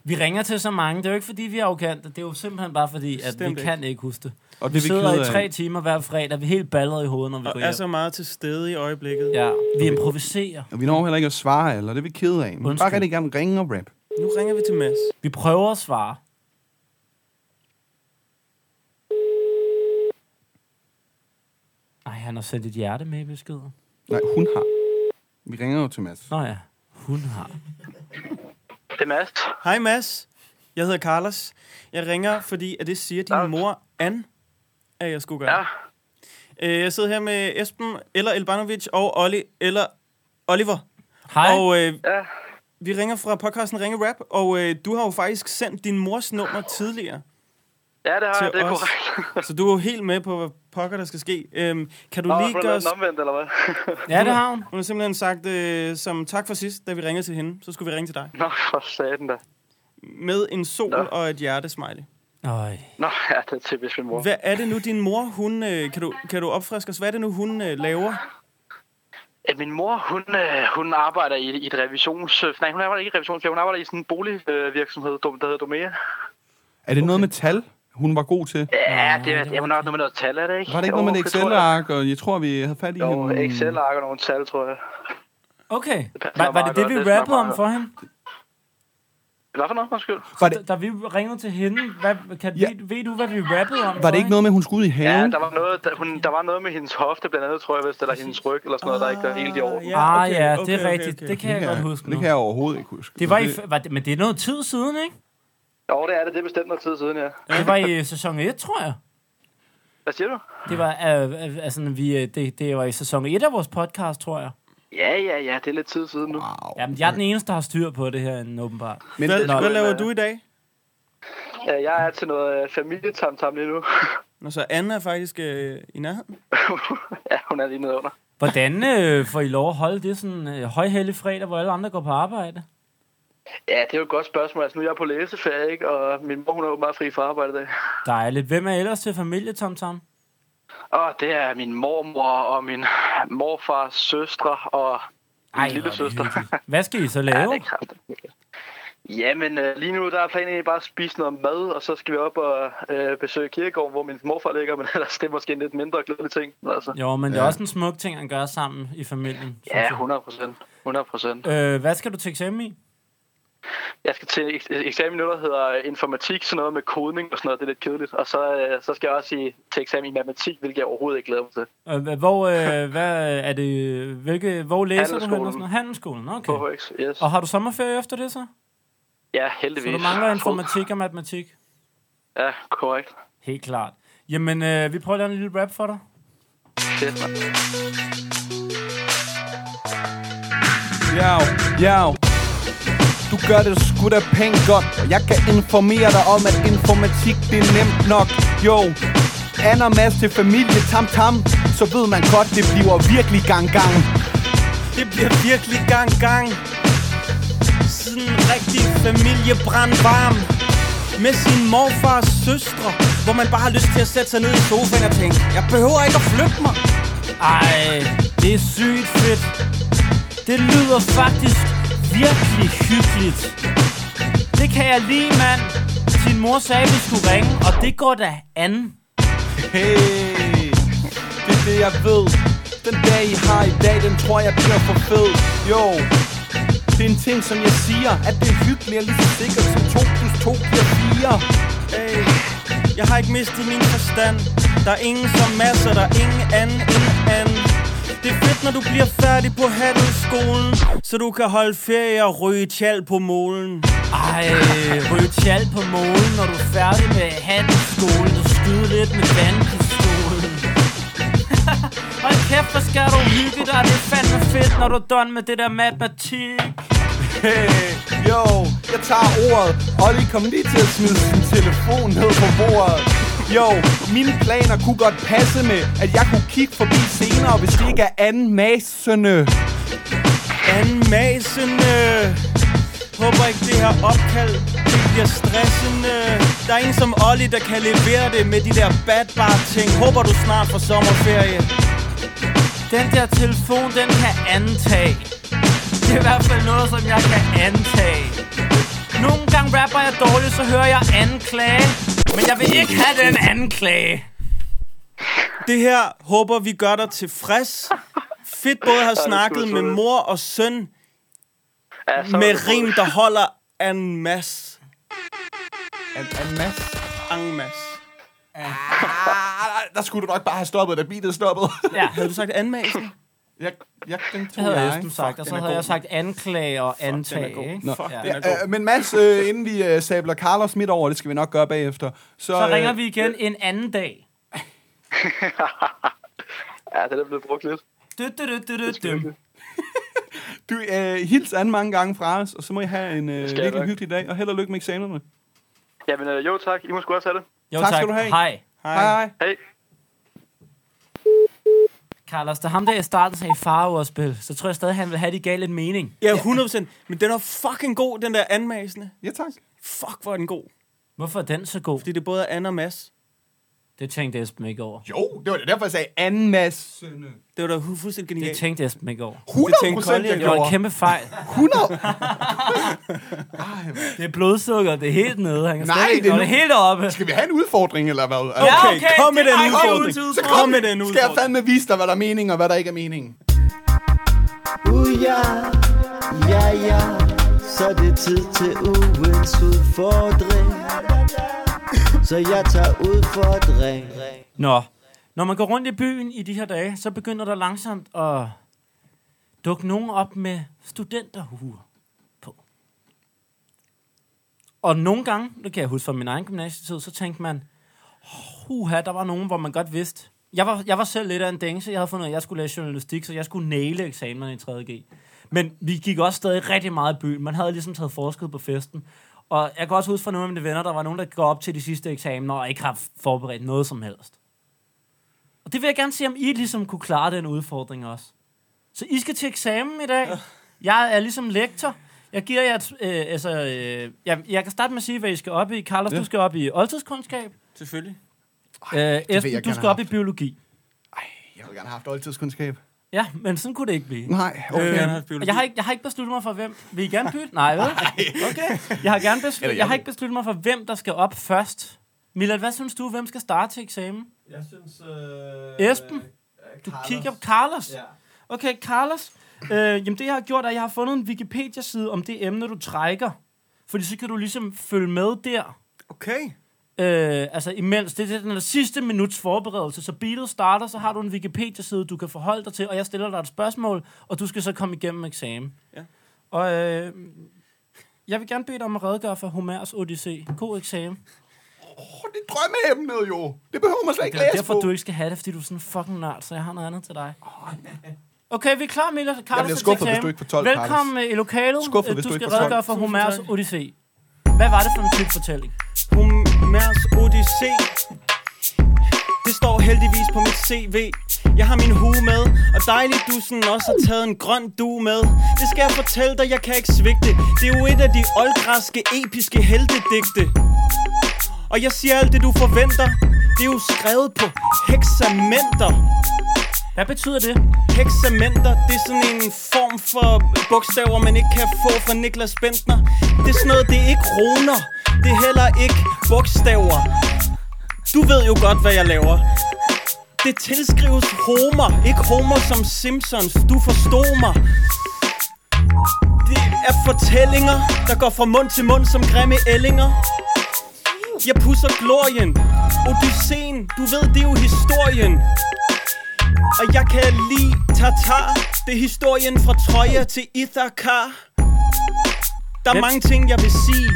S1: Vi ringer til så mange. Det er jo ikke, fordi vi er arrogante. Det er jo simpelthen bare fordi, at
S3: Bestemt
S1: vi
S3: ikke.
S1: kan ikke huske det.
S2: Og det
S1: Vi
S2: er kede
S1: sidder i
S2: af.
S1: tre timer hver fredag. Vi er helt ballede i hovedet, når vi
S3: Og altså-
S1: ryger.
S3: er så meget til stede i øjeblikket.
S1: Ja, vi improviserer.
S2: Og vi når heller ikke at svare, eller det er vi kede af. Men
S1: Undskyld.
S2: bare rigtig gerne ringe og rap.
S3: Nu ringer vi til Mads.
S1: Vi prøver at svare. Ej, han har sendt et hjerte med i beskeden.
S2: Nej, hun har. Vi ringer jo til Mads.
S1: Nå ja, hun har.
S7: Det er Mads.
S3: Hej Mads, jeg hedder Carlos. Jeg ringer, fordi at det siger din mor, Anne, at jeg skulle gøre.
S7: Ja.
S3: Øh, Jeg sidder her med Esben, eller Elbanovic og Olli, eller Oliver.
S1: Hej.
S3: Og øh,
S7: Ja.
S3: vi ringer fra podcasten Ringe Rap, og øh, du har jo faktisk sendt din mors nummer tidligere.
S7: Ja, det har
S3: Til
S7: jeg. Det er
S3: os.
S7: korrekt.
S3: Så du er jo helt med på, hvad pokker der skal ske. Øhm, kan du
S7: Nå,
S3: lige
S7: har du
S3: gøre
S7: lavet
S3: os...
S7: den omvendt, eller hvad?
S1: ja, det har hun.
S3: Hun har simpelthen sagt, øh, som tak for sidst, da vi ringede til hende, så skulle vi ringe til dig.
S7: Nå, for satan da.
S3: Med en sol
S7: Nå.
S3: og et hjerte-smiley.
S1: Øj.
S7: Nå, ja, det er typisk min mor.
S3: Hvad er det nu, din mor, hun... Øh, kan, du, kan du opfriske os? Hvad er det nu, hun øh, laver?
S7: At min mor, hun, øh, hun arbejder i, i et revisions... øh, Nej, hun arbejder ikke i revisions, hun arbejder i sådan en boligvirksomhed, der hedder Domea.
S2: Er det noget med tal, hun var god til?
S7: Ja,
S1: Nå,
S7: det, er,
S1: det
S7: ja, hun har også noget med noget tal, er det ikke?
S2: Var Øh, det ikke noget med et
S7: det tror jeg.
S2: Excel-ark, og jeg tror, vi havde fat i
S7: Jo,
S2: hende?
S7: Excel-ark og nogle tal, tror jeg.
S1: Okay.
S7: passer
S1: Var, var det
S7: meget
S1: det,
S7: godt.
S1: vi
S7: Det smager
S1: rappede om
S7: meget
S1: for hende?
S7: Hvad for noget, undskyld?
S2: Var
S1: Da,
S2: det,
S1: da vi ringede til hende, hvad, kan,
S2: Ja.
S1: ja. ved, ved du, hvad vi rappede om
S2: var
S1: for
S2: det ikke
S1: hende?
S2: noget med, hun skulle ud i haven?
S7: Ja, der var, noget, der, hun, der var noget med hendes hofte, blandt andet, tror jeg, hvis, eller hendes ryg, eller sådan noget, der ikke er helt i orden.
S3: Ja,
S1: Ah
S3: okay,
S1: ja, det er
S3: okay, okay,
S1: rigtigt.
S3: okay.
S1: Det kan jeg
S2: Det
S1: godt
S2: kan-
S1: huske nu.
S2: Det kan jeg overhovedet ikke huske.
S1: Det var i, f- var det, men det er noget tid siden, ikke?
S7: Jo, det er det. Det er bestemt noget tid siden, ja.
S1: Det var i sæson 1, tror jeg.
S7: Hvad siger du?
S1: Det var, øh, øh, altså, vi, øh, det, det var i sæson 1 af vores podcast, tror jeg.
S7: Ja, ja, ja. Det er lidt tid siden nu.
S2: Wow.
S1: Jamen, jeg er den eneste, der har styr på det her, åbenbart.
S2: Men,
S3: Hvad,
S1: Nå,
S3: hvad
S7: men,
S3: laver
S7: øh,
S3: du i dag?
S7: Ja, jeg er til noget øh, familietamtam lige nu.
S3: Nå, så Anne er faktisk øh, i nærheden.
S7: ja, hun er lige nede under.
S1: Hvordan øh, får I lov at holde det sådan øh, højhellig fredag, hvor alle andre går på arbejde?
S7: Ja, det er jo et godt spørgsmål. Altså, nu er jeg på læseferie, ikke? Og min mor, hun er jo meget fri fra arbejde i dag.
S1: Dejligt. Hvem er ellers til familie, Tom Tom?
S7: Og det er min mormor og min morfars søstre og min
S1: Ej,
S7: lille søster.
S1: Hvad skal I så
S7: Ja, det
S1: lave?
S7: er kraftigt. Jamen, øh, lige nu der er planen egentlig bare at spise noget mad, og så skal vi op og øh, besøge kirkegården, hvor min morfar ligger, men ellers det er måske en lidt mindre glædelig ting. Altså.
S1: Jo, men det er også en smuk ting at gøre sammen i familien. synes
S7: Ja,
S1: jeg.
S7: 100 procent. 100 procent.
S1: Øh, hvad skal du til eksamen i?
S7: Jeg skal til ek- eksamen nu, der hedder informatik, sådan noget med kodning og sådan noget, det er lidt kedeligt. Og så, øh, så skal jeg også i, til eksamen i matematik, hvilket jeg overhovedet ikke glæder mig til.
S1: Øh, hva- hvor, øh, hvad er det, hvilke, hvor læser du hen? og sådan noget? Handelsskolen, okay.
S8: øh,
S7: KHX, yes.
S1: Og har du sommerferie efter det så?
S7: Ja, heldigvis.
S1: Så du mangler
S7: Fod.
S1: informatik og matematik?
S7: Ja, korrekt.
S1: Helt klart. Jamen, øh, vi prøver at lave en lille rap for dig.
S7: Fedt, mand.
S2: Ja, ja. Du gør det sgu da pænt godt Og jeg kan informere dig om, at informatik det er nemt nok Jo, Anna Mads til familie tam tam Så ved man godt, det bliver virkelig gang gang
S3: Det bliver virkelig gang gang. Sådan en rigtig familiebrand varm. Med sin morfars søstre, hvor man bare har lyst til at sætte sig ned i sofaen og tænke, jeg behøver ikke at flytte mig.
S1: Ej, det er sygt fedt. Det lyder faktisk virkelig hyggeligt. Det kan jeg lide, mand. Din mor sagde, vi skulle ringe, og det går da an.
S2: Hey, det er det jeg ved Den dag I har i dag, den tror jeg bliver for fed Jo, det er en ting som jeg siger At det er hyggeligt er lige så sikkert som 2 plus 2 bliver 4
S3: Hey, jeg har ikke mistet min forstand Der er ingen som masser, der er ingen anden end anden Det er fedt, når du bliver færdig på handelsskolen Så du kan holde ferie og ryge tjal på målen
S1: Ej, ryge tjal på målen, når du er færdig med handelsskolen og skyde lidt med vandpistolen. Hold kæft, hvor skal du hygge dig. Det er fandme fedt, når du er done med det der matematik.
S2: Hey, yo, jeg tager ordet Olli kom lige til at smide sin telefon ned på bordet Jo, mine planer kunne godt passe med At jeg kunne kigge forbi senere, hvis det ikke er anden maserne
S3: Anmasende Håber ikke det her opkald Det bliver stressende Der er en som Olli, der kan levere det Med de der badbar ting Håber du snart får sommerferie
S1: Den der telefon, den kan antage. Det er i hvert fald noget, som jeg kan antage. Nogle gange rapper jeg dårligt, så hører jeg anklage. Men jeg vil ikke have den anklage.
S3: Det her håber vi gør dig tilfreds Fedt både at have snakket med mor og søn
S5: Ja, så er
S3: Med
S5: det
S3: rim, der holder en masse
S2: En, en masse
S3: Ang mas.
S2: Ah, der skulle du nok bare have stoppet, da beatet stoppede.
S1: Ja,
S3: Havde du sagt anmasen?
S2: jeg, jeg, den tog
S1: det havde
S2: jeg.
S1: Esben sagt, og så
S2: den er
S1: havde jeg
S2: god.
S1: sagt anklage og antage.
S3: god.
S1: ikke?
S2: Nå.
S3: Fuck,
S1: Ja.
S3: den er
S2: Ja,
S3: god.
S2: øh, men Mads, øh, inden vi øh, sabler Carlos midt over, det skal vi nok gøre bagefter. Så,
S1: Så ringer
S2: øh,
S1: vi igen en anden dag.
S5: Ja, det er blevet brugt lidt.
S1: Du, du, du, du, du, du.
S2: Du, øh, hils an mange gange fra os, og så må I have en øh,
S5: skal jeg
S2: virkelig
S5: nok.
S2: hyggelig dag, og held og lykke med eksamenerne.
S5: Jamen, øh, jo tak. I må sgu også have det.
S1: Jo,
S2: Tak skal du have.
S1: Hej.
S2: Hej. Hej.
S5: Hej.
S1: Carlos, da ham der i starten sagde farveordspil, så tror jeg stadig, han vil have det gav lidt mening.
S3: Ja, 100%. Men den er fucking god, den der anmasende.
S2: Ja, tak.
S3: Fuck, hvor er den god.
S1: Hvorfor er den så god?
S3: Fordi det er både an og mas.
S1: Det tænkte Esben ikke over.
S2: Jo, det var det derfor, jeg sagde anden Mads.
S3: Det var da hu- fuldstændig
S1: Det
S3: genialt.
S1: tænkte Esben ikke over.
S2: 100
S3: tænkte
S2: procent,
S3: Colin,
S2: jeg
S1: Det var en
S2: gjorde.
S1: kæmpe fejl.
S2: 100.
S1: Det er blodsukker, det er helt nede. Han kan
S2: Nej,
S1: Nej,
S2: det
S1: det
S2: er
S1: er
S2: nu-
S1: helt oppe.
S2: Skal vi have en udfordring, eller hvad? Okay.
S1: Ja, okay,
S3: kom med
S1: det
S3: den
S1: er ikke
S3: udfordring.
S1: udtid,
S3: Så
S1: tror jeg.
S3: kom med den
S2: Skal jeg
S3: udfordring.
S2: fandme vise dig, hvad der er mening, og hvad der ikke er mening?
S9: Uh, ja, ja, ja, så er det tid til ugens udfordring. Så jeg tager udfordring.
S1: Nå, når man går rundt i byen i de her dage, så begynder der langsomt at dukke nogen op med studenterhuer på. Og nogle gange, det kan jeg huske fra min egen gymnasietid, så tænkte man, huha, der var nogen, hvor man godt vidste. Jeg var, jeg var selv lidt af en dænse, jeg havde fundet, ud af, at jeg skulle læse journalistik, så jeg skulle næle eksamenerne i 3.G. Men vi gik også stadig rigtig meget i byen. Man havde ligesom taget forskud på festen. Og jeg kan også huske fra nogle af mine venner, der var nogen, der går op til de sidste eksamener og ikke har forberedt noget som helst. Og det vil jeg gerne se, om I ligesom kunne klare den udfordring også. Så I skal til eksamen i dag. Jeg er ligesom lektor. Jeg giver jer et, øh, altså, øh, jeg, jeg kan starte med at sige, hvad I skal op i. Carlos, ja. du skal op i oldtidskundskab.
S3: Selvfølgelig.
S1: Øh,
S2: jeg
S1: Esben, du
S2: gerne
S1: skal
S2: have
S1: op i biologi.
S2: Jeg vil gerne have haft oldtidskundskab.
S1: Ja, men sådan kunne det ikke blive.
S2: Nej,
S3: Jeg vil
S1: Øh,
S2: okay.
S3: gerne have biologi.
S1: Og Jeg har, ikke, jeg har ikke besluttet mig for, hvem... Vil I gerne bytte? Nej, vel? Okay. Jeg har, gerne beslut, jeg, har ikke besluttet mig for, hvem der skal op først. Milad, hvad synes du? Hvem skal starte til eksamen?
S7: Jeg synes... Øh,
S1: Esben? Du
S7: Carlos.
S1: kigger på Carlos?
S7: Ja.
S1: Okay, Carlos. Øh, jamen det, jeg har gjort, er, at jeg har fundet en Wikipedia-side om det emne, du trækker. Fordi så kan du ligesom følge med der.
S3: Okay.
S1: Øh, altså imens, det er den der sidste minuts forberedelse, så beatet starter, så har du en Wikipedia-side, du kan forholde dig til, og jeg stiller dig et spørgsmål, og du skal så komme igennem eksamen.
S3: Ja.
S1: Og øh, jeg vil gerne bede dig om at redegøre for Homers Odyssee. God eksamen.
S2: Åh, det er drømmeemnet jo. Det behøver man slet ikke
S1: Det er
S2: læse
S1: derfor,
S2: på.
S1: du ikke skal have det, fordi du er sådan en fucking nørd, så jeg har noget andet til dig. Okay, vi er klar, Miller. Carlos
S2: Jeg bliver
S1: er til
S2: skuffet, hvis
S1: eksamen.
S2: du ikke får 12,
S1: Velkommen øh, i lokalet.
S2: Skuffet,
S1: Øh,
S2: hvis
S1: du
S2: du ikke
S1: skal
S2: får 12.
S1: redegøre for
S3: Tusind
S1: Homers
S3: tak.
S1: Odyssee. Hvad var det for en type fortælling?
S3: Homers Odyssé. Det står heldigvis på mit CV. Jeg har min hue med, og dejligt du sådan også har taget en grøn du med. Det skal jeg fortælle dig, jeg kan ikke svigte. Det er jo et af de oldgræske, episke heltedigte. Og jeg siger alt det, du forventer. Det er jo skrevet på heksamenter.
S1: Hvad betyder det?
S3: Heksamenter, det er sådan en form for bogstaver, man ikke kan få fra Niklas Bentner. Det er sådan noget, det er ikke roner. Det er heller ikke bogstaver. Du ved jo godt, hvad jeg laver. Det tilskrives Homer, ikke Homer som Simpsons. Du forstod mig. Det er fortællinger, der går fra mund til mund som grimme ællinger. Jeg pusser glorien. Odysseen, du ved, det er jo historien. Og jeg kan lide Tatar. Det er historien fra Troja til Ithaka. Der er
S1: Hvem-
S3: mange ting, jeg vil sige.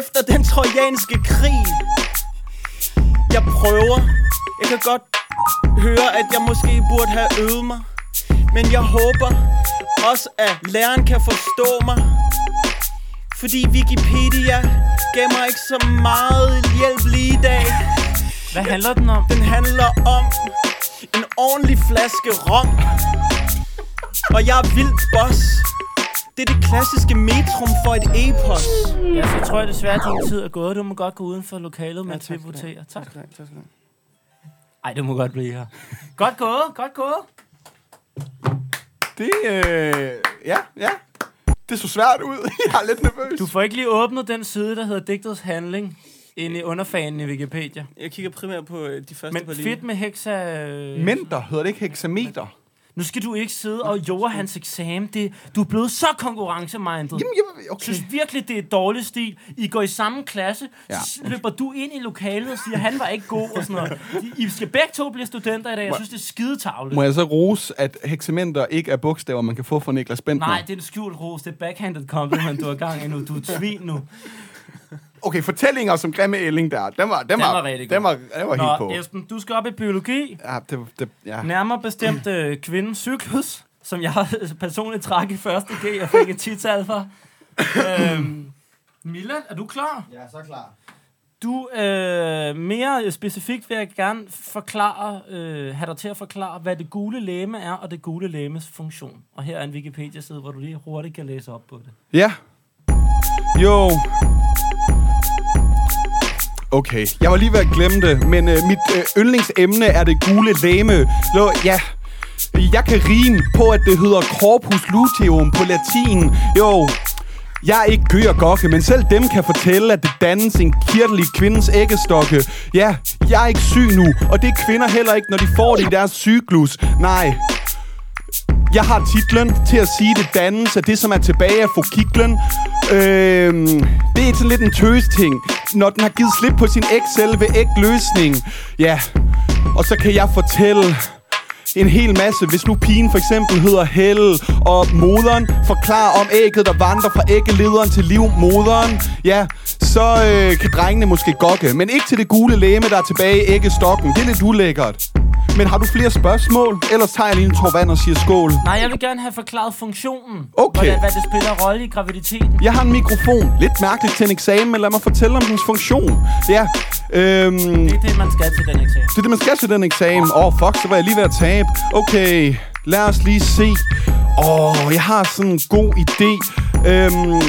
S3: Efter den trojanske krig. Jeg prøver. Jeg kan godt høre, at jeg måske burde have øvet mig. Men jeg håber også, at læreren kan forstå mig. Fordi Wikipedia gav mig ikke så meget hjælp lige i dag.
S1: Hvad handler den om?
S3: Den handler om en ordentlig flaske rom. Og jeg er vildt boss. Det er det klassiske metrum for et epos.
S1: Ja, så tror jeg desværre, at din tid er gået. Du må godt gå uden for lokalet med ja, at Tak. Ej, du må godt blive her. Godt gået, godt gået.
S2: Det, øh, ja, ja. Det så svært ud. Jeg er lidt nervøs.
S1: Du får ikke lige åbnet den side, der hedder digtets handling, inde i underfanen i Wikipedia.
S3: Jeg kigger primært på øh, de første
S1: Men
S3: på
S1: fedt med hexa... øh,
S2: Menter, hedder det ikke hexameter?
S1: Nu skal du ikke sidde og jorde hans eksamen. Det, du er blevet så konkurrencemindet.
S2: Jamen, jeg,
S1: Jeg
S2: okay.
S1: synes virkelig, det er dårlig stil. I går i samme klasse,
S2: Ja.
S1: ja. løber du ind i lokalet og siger, han var ikke god og sådan noget. I skal begge to blive studenter i dag. Jeg synes, det er skidetavlet.
S2: Må jeg så rose, at hexamenter ikke er bogstaver, man kan få fra Niklas Bentner?
S1: Nej, det er en skjult ros. Det er backhanded compliment, du har gang i nu. Du er et svin nu. Den
S2: Okay, fortællinger som Grimme Elling der, den var, den, den
S1: var rigtig god.
S2: den var, den var helt på.
S1: Nå, Esben, du skal op i biologi.
S2: Ja, det, det, ja.
S1: Nærmere bestemt øh, kvindens cyklus, som jeg har personligt trak i første G og fik et tital for. øhm, Milan, er du klar?
S9: Jeg er så klar.
S1: Du, øh, mere specifikt vil jeg gerne forklare, øh, have dig til at forklare, hvad det gule læme er, og det gule læmes funktion. Og her er en Wikipedia-side, hvor du lige hurtigt kan læse op på det.
S2: Ja. Jo. Okay, jeg var lige ved at glemme det, men øh, mit øh, yndlingsemne er det gule læme. Lå, ja. Jeg kan rime på, at det hedder corpus luteum på latin. Jo, jeg er ikke gø og gokke, men selv dem kan fortælle, at det dannes en kirtel i kvindens æggestokke. Ja, jeg er ikke syg nu, og det er kvinder heller ikke, når de får det i deres cyklus. Nej, jeg har titlen til at sige det dannelse, det som er tilbage af fokiklen. Øhm, det er sådan lidt en tøs ting, når den har givet slip på sin Excel ved æg-løsning. Ja, og så kan jeg fortælle en hel masse, hvis nu pigen for eksempel hedder Helle, og moderen forklarer om ægget, der vandrer fra æggelederen til livmoderen, ja, så øh, kan drengene måske gokke, men ikke til det gule læme, der er tilbage i æggestokken. Det er lidt ulækkert. Men har du flere spørgsmål? Ellers tager jeg lige en tår vand og siger skål.
S1: Nej, jeg vil gerne have forklaret funktionen.
S2: Okay.
S1: Hvordan, hvad det spiller rolle i graviditeten.
S2: Jeg har en mikrofon. Lidt mærkeligt til en eksamen, men lad mig fortælle om dens funktion. Ja, øhm,
S1: Det er det, man skal til den eksamen.
S2: det er det, man skal til den eksamen. Åh, oh, fuck, så var jeg lige ved at tabe. Okay, lad os lige se. Åh, oh, jeg har sådan en god idé. Øhm,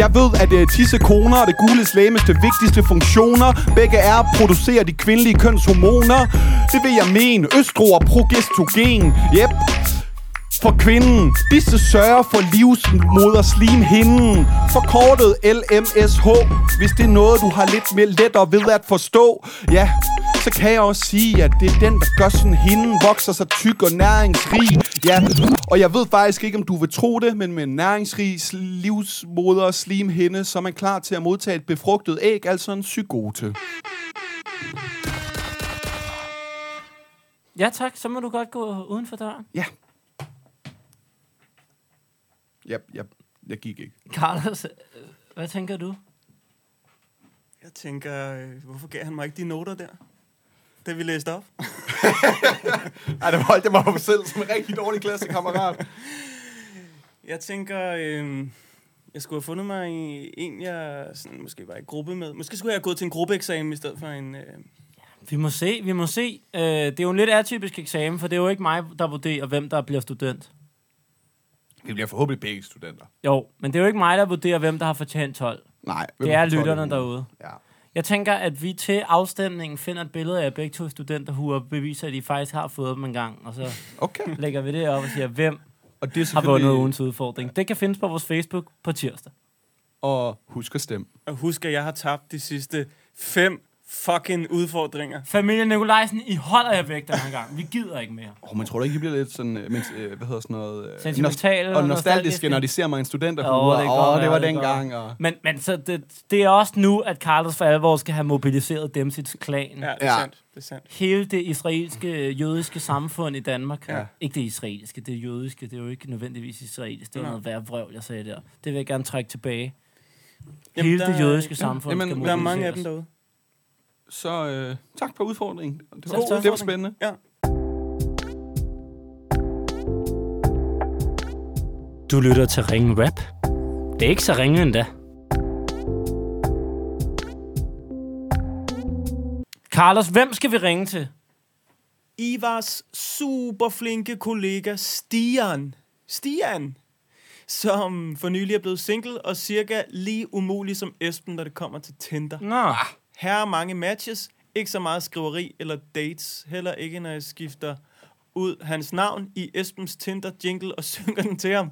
S2: jeg ved, at øh, tissekoner og det gule slæmes det vigtigste funktioner. Begge er producerer de kvindelige kønshormoner. Det vil jeg mene. Østro og progestogen. Yep for kvinden. Disse sørger for livsmoder slimhinden. Forkortet LMSH, hvis det er noget, du har lidt mere lettere ved at forstå. Ja, så kan jeg også sige, at det er den, der gør sådan hinden vokser sig tyk og næringsrig. Ja, og jeg ved faktisk ikke, om du vil tro det, men med en næringsrig sl- livsmoder slimhinde, så er man klar til at modtage et befrugtet æg, altså en psykote.
S1: Ja tak, så må du godt gå uden for døren.
S2: Ja. Ja, jeg, jeg gik ikke.
S1: Carlos, øh, hvad tænker du?
S3: Jeg tænker, øh, hvorfor gav han mig ikke de noter der? Det vi læste op.
S2: Ej, det holdt jeg mig på selv som en rigtig dårlig klassekammerat.
S3: Jeg tænker, øh, jeg skulle have fundet mig i en, jeg sådan, måske var i gruppe med. Måske skulle jeg have gået til en gruppeeksamen i stedet for en... Øh,
S1: Vi må se, vi må se. Øh, det er jo en lidt atypisk eksamen, for det er jo ikke mig, der vurderer, hvem der bliver student.
S2: Vi bliver forhåbentlig begge studenter.
S1: Jo, men det er jo ikke mig, der vurderer, hvem der har fortjent 12.
S2: Nej. hvem
S1: Det er
S2: får tolv
S1: lytterne
S2: hundrede?
S1: derude.
S2: Ja.
S1: Jeg tænker, at vi til afstemningen finder et billede af begge to studenter, og beviser, at de faktisk har fået dem en gang. Og så
S2: Okay.
S1: lægger vi det op og siger, hvem
S2: Og det er
S1: har vundet
S2: selvfølgelig-
S1: ugens udfordring. Det kan findes på vores Facebook på tirsdag.
S2: Og husk at stemme.
S3: og husk, at jeg har tabt de sidste fem fucking udfordringer.
S1: Familie Nikolajsen, I holder jer væk den her gang. Vi gider ikke mere.
S2: Åh, oh, men tror du ikke, I bliver lidt sådan, øh, mens, øh, hvad hedder sådan noget... Øh,
S1: Sentimentale
S2: nost-
S1: eller
S2: og nostalgiske,
S1: nostalgiske?
S2: når de ser mig i en studenterhue.
S1: Åh,
S2: Åh,
S1: det kan godt
S2: oh, det
S1: være,
S2: var
S1: det kan godt
S2: dengang, og...
S1: Men, men så det, det er også nu, at Carlos for alvor skal have mobiliseret dem sit klan.
S3: Ja, det er
S2: Ja.
S3: sandt. Det er sandt.
S1: Hele det israelske, jødiske samfund i Danmark. Ja.
S2: Ja.
S1: Ikke det israelske, det jødiske. Det er jo ikke nødvendigvis israelsk. Det er
S3: Nej.
S1: noget værre vrøvl, jeg sagde der. Det vil jeg gerne trække tilbage.
S3: Jamen,
S1: Hele
S3: der
S1: det
S3: er-
S1: jødiske
S3: ja,
S1: samfund
S2: jamen,
S1: skal
S3: Der er mange af
S1: mobiliseres.
S3: dem derude.
S2: Så øh, tak for udfordringen. Det
S1: Selv
S2: var,
S1: tak.
S2: det var spændende.
S3: Ja.
S1: Du lytter til Ring Rap. Det er ikke så ringe endda. Carlos, hvem skal vi ringe til?
S3: Ivars super flinke kollega Stian. Stian, som for nylig er blevet single og cirka lige umulig som Esben, når det kommer til Tinder.
S1: Nå.
S3: Her er mange matches, ikke så meget skriveri eller dates, heller ikke når jeg skifter ud hans navn i Esbens Tinder jingle og synger den til ham.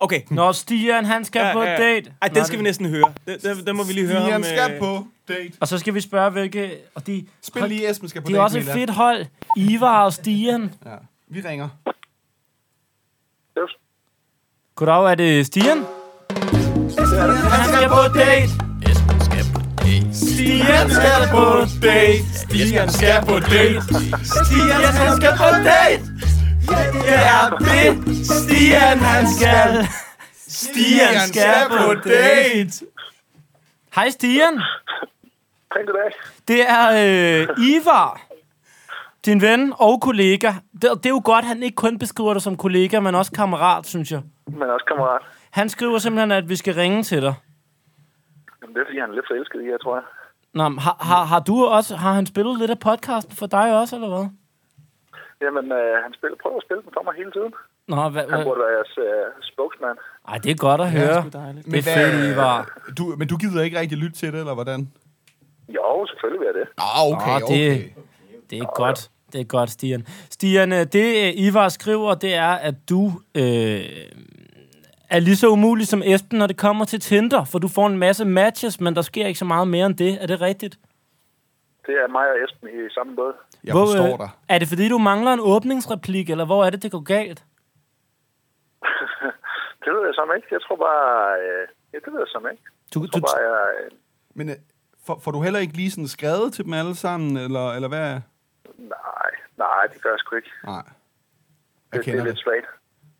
S3: Okay.
S1: Når Stian, han skal ja, på ja, date.
S3: Ej,
S1: Nå,
S3: den skal vi næsten høre. Den, den, den må vi lige høre
S2: Ian
S3: ham.
S2: skal
S3: øh,
S2: på date.
S1: Og så skal vi spørge, hvilke... Og de,
S2: Spil lige Esben skal på
S1: de
S2: date,
S1: er også et
S2: Mila.
S1: fedt hold. Ivar og Stian.
S2: Ja. Vi ringer.
S1: Goddag, er det Stian? Han skal på date. Stian skal på date. Stian skal på date. Stian han skal på date. Det er det. Stian han skal. Stian skal på date. Hej Stian.
S10: Hej, goddag.
S1: Det er øh, Ivar, din ven og kollega. Det, det er jo godt, han ikke kun beskriver dig som kollega, men også kammerat, synes jeg.
S10: Men også kammerat.
S1: Han skriver simpelthen, at vi skal ringe til dig.
S10: Jamen, det er, fordi han er lidt forelsket i jer, tror jeg.
S1: Nå, men har, har, har, du også, har han spillet lidt af podcasten for dig også, eller hvad?
S10: Jamen, øh, han spiller, prøver at spille den for mig hele tiden.
S1: Nå, hvad,
S10: Han
S1: hvad?
S10: burde være jeres øh, spokesman.
S1: Ej, det er godt at høre.
S3: sgu dejligt.
S1: Det er fedt, Ivar.
S2: Du, men du gider ikke rigtig lytte til det, eller hvordan?
S10: Jo, selvfølgelig vil jeg det.
S2: Ah,
S1: Nå, det, det er godt. Det er godt, Stian. Stian, øh, det øh, Ivar skriver, det er, at du øh, er lige så umulig som Esben, når det kommer til Tinder, for du får en masse matches, men der sker ikke så meget mere end det. Er det rigtigt?
S10: Det er mig og Esben i samme båd.
S2: Jeg
S1: Hvor, øh,
S2: forstår dig.
S1: Er det, fordi du mangler en åbningsreplik, eller hvor er det, det går galt?
S10: Det ved jeg som ikke. Jeg tror bare... Øh, ja, det ved jeg som ikke.
S1: Du,
S10: Jeg tror
S1: du,
S10: bare, jeg... Øh,
S2: Men øh, får, får du heller ikke lige sådan skrevet til dem alle sammen, eller, eller hvad?
S10: nej, nej, det gør jeg sgu ikke.
S2: Nej. Jeg
S10: Det, det
S2: kender
S10: er lidt
S2: det.
S10: svagt.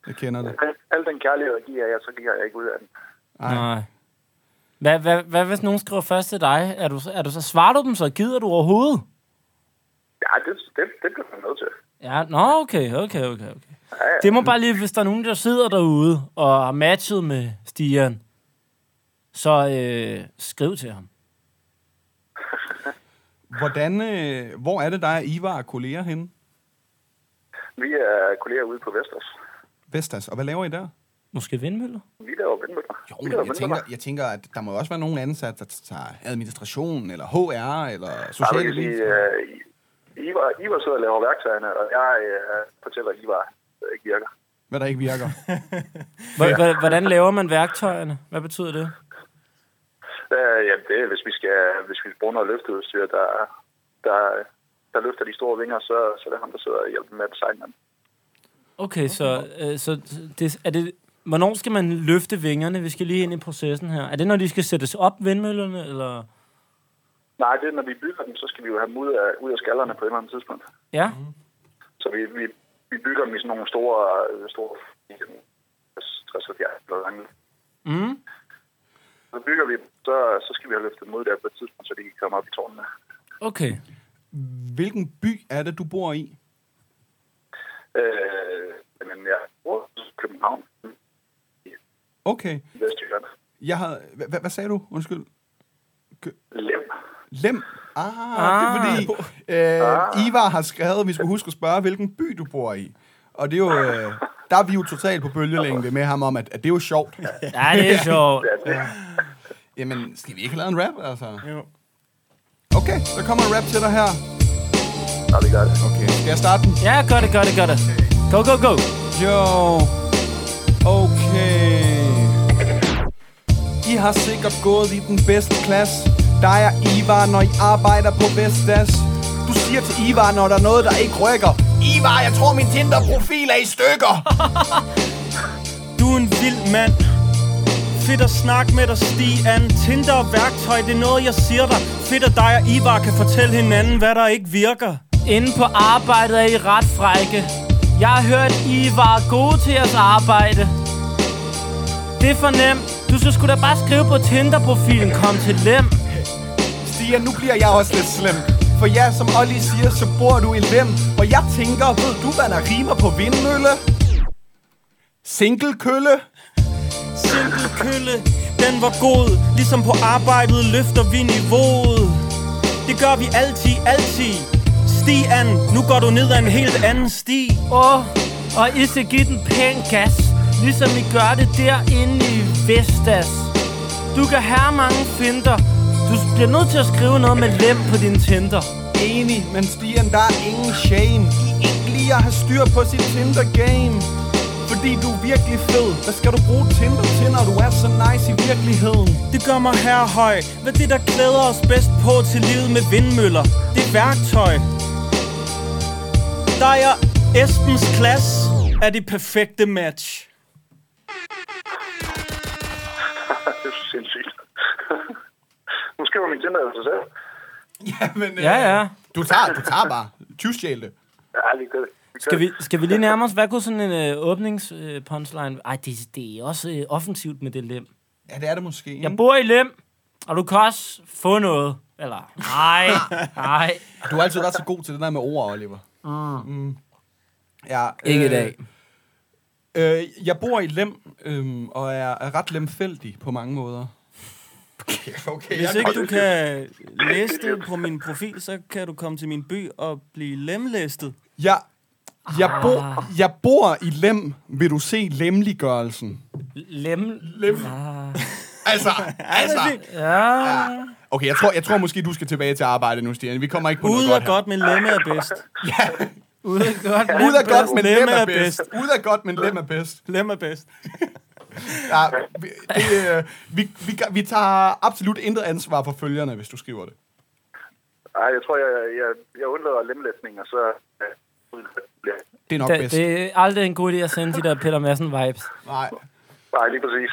S2: Jeg kender det.
S10: Al, al den kærlighed, jeg giver jer, så giver jeg ikke ud af den.
S1: nej. Hvad, hvad, hvad hvis nogen skriver først til dig? Er du, så- er du så, svarer du dem så? Gider du overhovedet?
S10: Ja, det, det, det bliver man nødt til.
S1: Ja, nå, okay, okay, okay, okay. Det må bare lige, hvis der er nogen, der sidder derude og har matchet med Stian, så øh, skriv til ham.
S2: Hvordan, øh, hvor er det, der er Ivar og kolleger henne?
S10: Vi er kolleger ude på Vesters.
S2: Vestas, og hvad laver I der?
S1: Måske vindmøller?
S10: Vi laver vindmøller.
S2: Jo,
S10: vi
S2: men
S10: laver
S2: jeg tænker, jeg tænker, at der må jo også være nogen ansat, der tager administration, eller HR, eller
S10: Nej,
S2: sociale
S10: vil sige,
S2: liv.
S10: øh, Ivar, Ivar sidder og laver værktøjerne, og jeg øh, fortæller øh, Ivar, at det ikke virker.
S2: Hvad der ikke virker.
S1: H- h- hvordan laver man værktøjerne? Hvad betyder det?
S10: Øh, jamen, det er, hvis vi skal, hvis vi bruger noget løfteudstyr, der, der, der løfter de store vinger, så, så er det ham, der sidder og hjælper med designen.
S1: Okay, så, øh, så det, er det, hvornår skal man løfte vingerne? Vi skal lige ind i processen her. Er det, når de skal sættes op, vindmøllerne, eller...
S10: Nej, det er, når vi bygger dem, så skal vi jo have dem ud af, ud af skallerne på et eller andet tidspunkt.
S1: Ja?
S10: Så vi, vi, vi bygger dem i sådan nogle store, øh, store 60-70 eller lange.
S1: Mm.
S10: Så bygger vi dem, så, så skal vi have løftet dem ud der på et tidspunkt, så de kan komme op i tårnene.
S1: Okay.
S2: Hvilken by er det, du bor i?
S10: Øh, men jeg bor i København,
S2: Okay.
S10: Vestjylland.
S2: Jeg havde, hvad, hvad- hvad sagde du? Undskyld.
S10: Lem.
S2: Lem. Ah, ah. det er fordi øh, Ivar har skrevet, at vi skulle huske at spørge, hvilken by du bor i. Og det er jo, øh, der er vi jo totalt på bølgelængde med ham om, at, at det er jo sjovt.
S1: Ja, det er sjovt.
S2: Jamen, skal vi ikke have lavet en rap, altså?
S3: Jo.
S2: Okay, så kommer en rap til dig her.
S10: Ja, vi gør det.
S2: Okay, skal jeg starte den?
S1: Ja, gør det, gør det, gør det. Go, go, go.
S2: Jo, okay. I har sikkert gået i den bedste klasse Der er Ivar, når I arbejder på Vestas Du siger til Ivar, når der er noget, der ikke rykker Ivar, jeg tror min Tinder-profil er i stykker
S3: Du er en vild mand Fedt at snakke med dig, Stig An. Tinder og værktøj, det er noget, jeg siger dig. Fedt at dig og Ivar kan fortælle hinanden, hvad der ikke virker.
S1: Inde på arbejdet er I ret frække. Jeg har hørt, I var gode til jeres arbejde. Det er for nemt. Du skal sgu da bare skrive på Tinder-profilen, kom til lem.
S2: Stiger, nu bliver jeg også lidt slem For ja, som Olli siger, så bor du i lem Og jeg tænker, ved du hvad der rimer på vindmølle? Singlekølle?
S3: Single kølle, den var god Ligesom på arbejdet løfter vi niveauet Det gør vi altid, altid Stig an, nu går du ned ad en helt anden sti
S1: Åh, oh, og I skal give den pæn gas Ligesom I gør det derinde i Vestas Du kan have mange finder Du bliver nødt til at skrive noget med lem på din Tinder
S2: Enig, men Stian, der er ingen shame I ikke lige at have styr på sit Tinder-game Fordi du er virkelig fed Hvad skal du bruge Tinder til, når du er så nice i virkeligheden?
S3: Det gør mig herrehøj Hvad er det, der glæder os bedst på til livet med vindmøller? Det er værktøj Dig og Esbens klasse er det perfekte match
S10: det er sindssygt. Måske var min Tinder jo sig selv.
S2: Jamen,
S1: Ja, ja.
S2: øh, Du tager, du tager bare. Tyvstjæl det.
S10: Ja, lige det.
S1: Skal vi, skal vi lige nærme os? Hvad kunne sådan en øh, åbningspunchline... Øh, punchline- Ej, det, det er også øh, offensivt med det lem.
S2: Ja, det er det måske. ikke?
S1: Jeg bor i lem, og du kan også få noget. Eller, nej, nej.
S2: Du har altid været så god til det der med ord, Oliver.
S1: Mm.
S2: Ja,
S1: Ikke i dag.
S2: Øh, jeg bor i Lem, øh, og er, er ret lemfældig på mange måder. Okay, okay.
S3: Hvis ikke du kan læse det på min profil, så kan du komme til min by og blive lemlæstet.
S2: Jeg, jeg, bo, jeg bor i Lem. Vil du se lemliggørelsen?
S1: Lem...
S2: Lem. Altså, altså.
S1: Ja.
S2: Okay, jeg tror, jeg tror måske, du skal tilbage til arbejde nu, Stian. Vi kommer ikke på noget
S3: Ude
S2: godt
S3: er
S2: her.
S3: godt, men lemme er bedst.
S1: Ude er godt,
S2: Ud af godt, men lem er bedst. Ud af godt, men lem er bedst.
S3: Lem er bedst.
S2: Ja, vi, det, øh, vi, vi, gør- vi tager absolut intet ansvar for følgerne, hvis du skriver det.
S10: Ej, jeg tror, jeg, jeg, jeg undlader lemlæsning, og så... Ja, uden at det bliver-
S2: Det er nok
S1: Det,
S2: bedst.
S1: det er aldrig en god idé at sende de der Peter Madsen-vibes.
S2: Nej,
S10: Nej, lige præcis.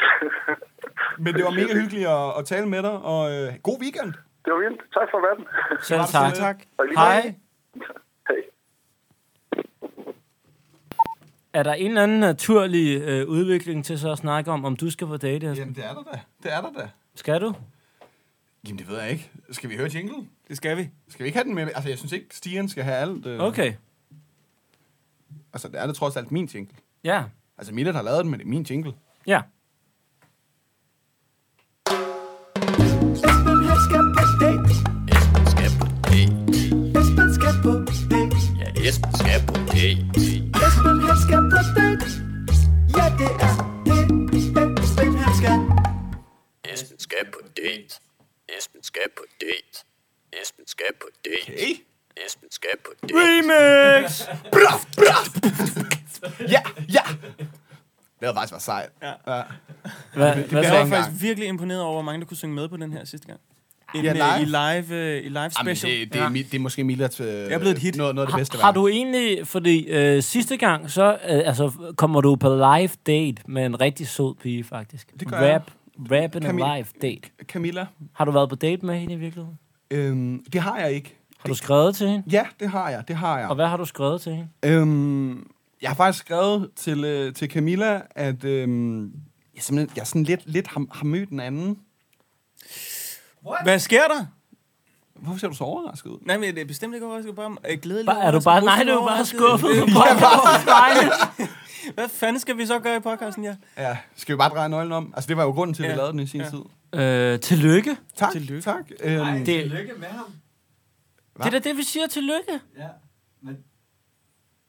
S2: men det var mega hyggeligt at, at tale med dig, og øh, god weekend.
S10: det var vildt. Tak for verden.
S1: Selv tak. tak.
S10: Og i lige måde.
S1: Hej.
S10: Hej.
S1: Er der en eller anden naturlig øh, udvikling til så at snakke om, om du skal på date? Esben?
S2: Jamen, det er der da. Det er der da.
S1: Skal du?
S2: Jamen, det ved jeg ikke. Skal vi høre jingle?
S3: Det skal vi.
S2: Skal vi ikke have den med? Altså, jeg synes ikke, Stian skal have alt. Øh,
S1: Okay.
S2: Altså, det er det trods alt min jingle.
S1: Ja.
S2: Altså, Millet har lavet den, men det er min jingle.
S1: Ja.
S11: Esben han skal på date. Esben skal på date. Esben skal på date. Ja, Esben skal på date. Esben han skal på date. Ja, det er det. Esben han skal.
S12: Esben skal på date. Esben skal på date. Esben skal på date.
S2: Okay.
S12: Esben skal på date.
S1: Remix!
S2: Braf, braf! ja, ja! Det havde faktisk været sejt.
S3: Ja.
S2: ja.
S1: Hvad,
S2: Det- det
S1: hvad
S2: bliver
S3: Jeg var
S1: så?
S2: ikke-
S3: faktisk virkelig imponeret over, hvor mange der kunne synge med på den her sidste gang. En,
S2: Ja,
S3: ja,
S2: live.
S3: live. I live, øh, i live
S2: Jamen,
S3: special.
S2: det, det, er, mi- det er måske Millets... Øh, jeg
S3: er blevet et hit.
S2: Noget, noget af det bedste.
S1: Har
S2: værk.
S1: du egentlig, fordi øh, sidste gang, så øh, altså, kommer du på live date med en rigtig sød pige, faktisk.
S2: Det gør jeg.
S1: Rap, rap and
S2: Camille.
S1: a live date.
S2: Camilla?
S1: Har du været på date med hende i virkeligheden?
S2: Øhm, det har jeg ikke.
S1: Har du skrevet til hende?
S2: Ja, det har jeg. Det har jeg.
S1: Og hvad har du skrevet til hende?
S2: Øhm, jeg har faktisk skrevet til, øh, til Camilla, at øhm, jeg, simpelthen, jeg sådan lidt, lidt har, har mødt en anden.
S3: Hvad sker der?
S2: Hvorfor ser du så overrasket ud?
S3: Nej, men det er bestemt ikke overrasket. Bare øh, glædelig
S1: Bare, er
S13: altså,
S1: du bare, nej,
S3: overrasket,
S1: du er bare
S3: overrasket.
S1: skuffet.
S13: Øh,
S1: Bare,
S3: Hvad fanden skal vi så gøre i podcasten, ja?
S2: Ja, skal vi bare dreje nøglen om? Altså, det var jo grunden til, at vi
S3: Ja,
S2: lavede den i sin
S3: ja.
S2: tid.
S1: øh, tillykke.
S2: Tak,
S3: Tillykke.
S2: tak. Øhm,
S1: Det,
S7: Lykke med ham.
S1: det er da det, vi siger tillykke.
S7: Ja, men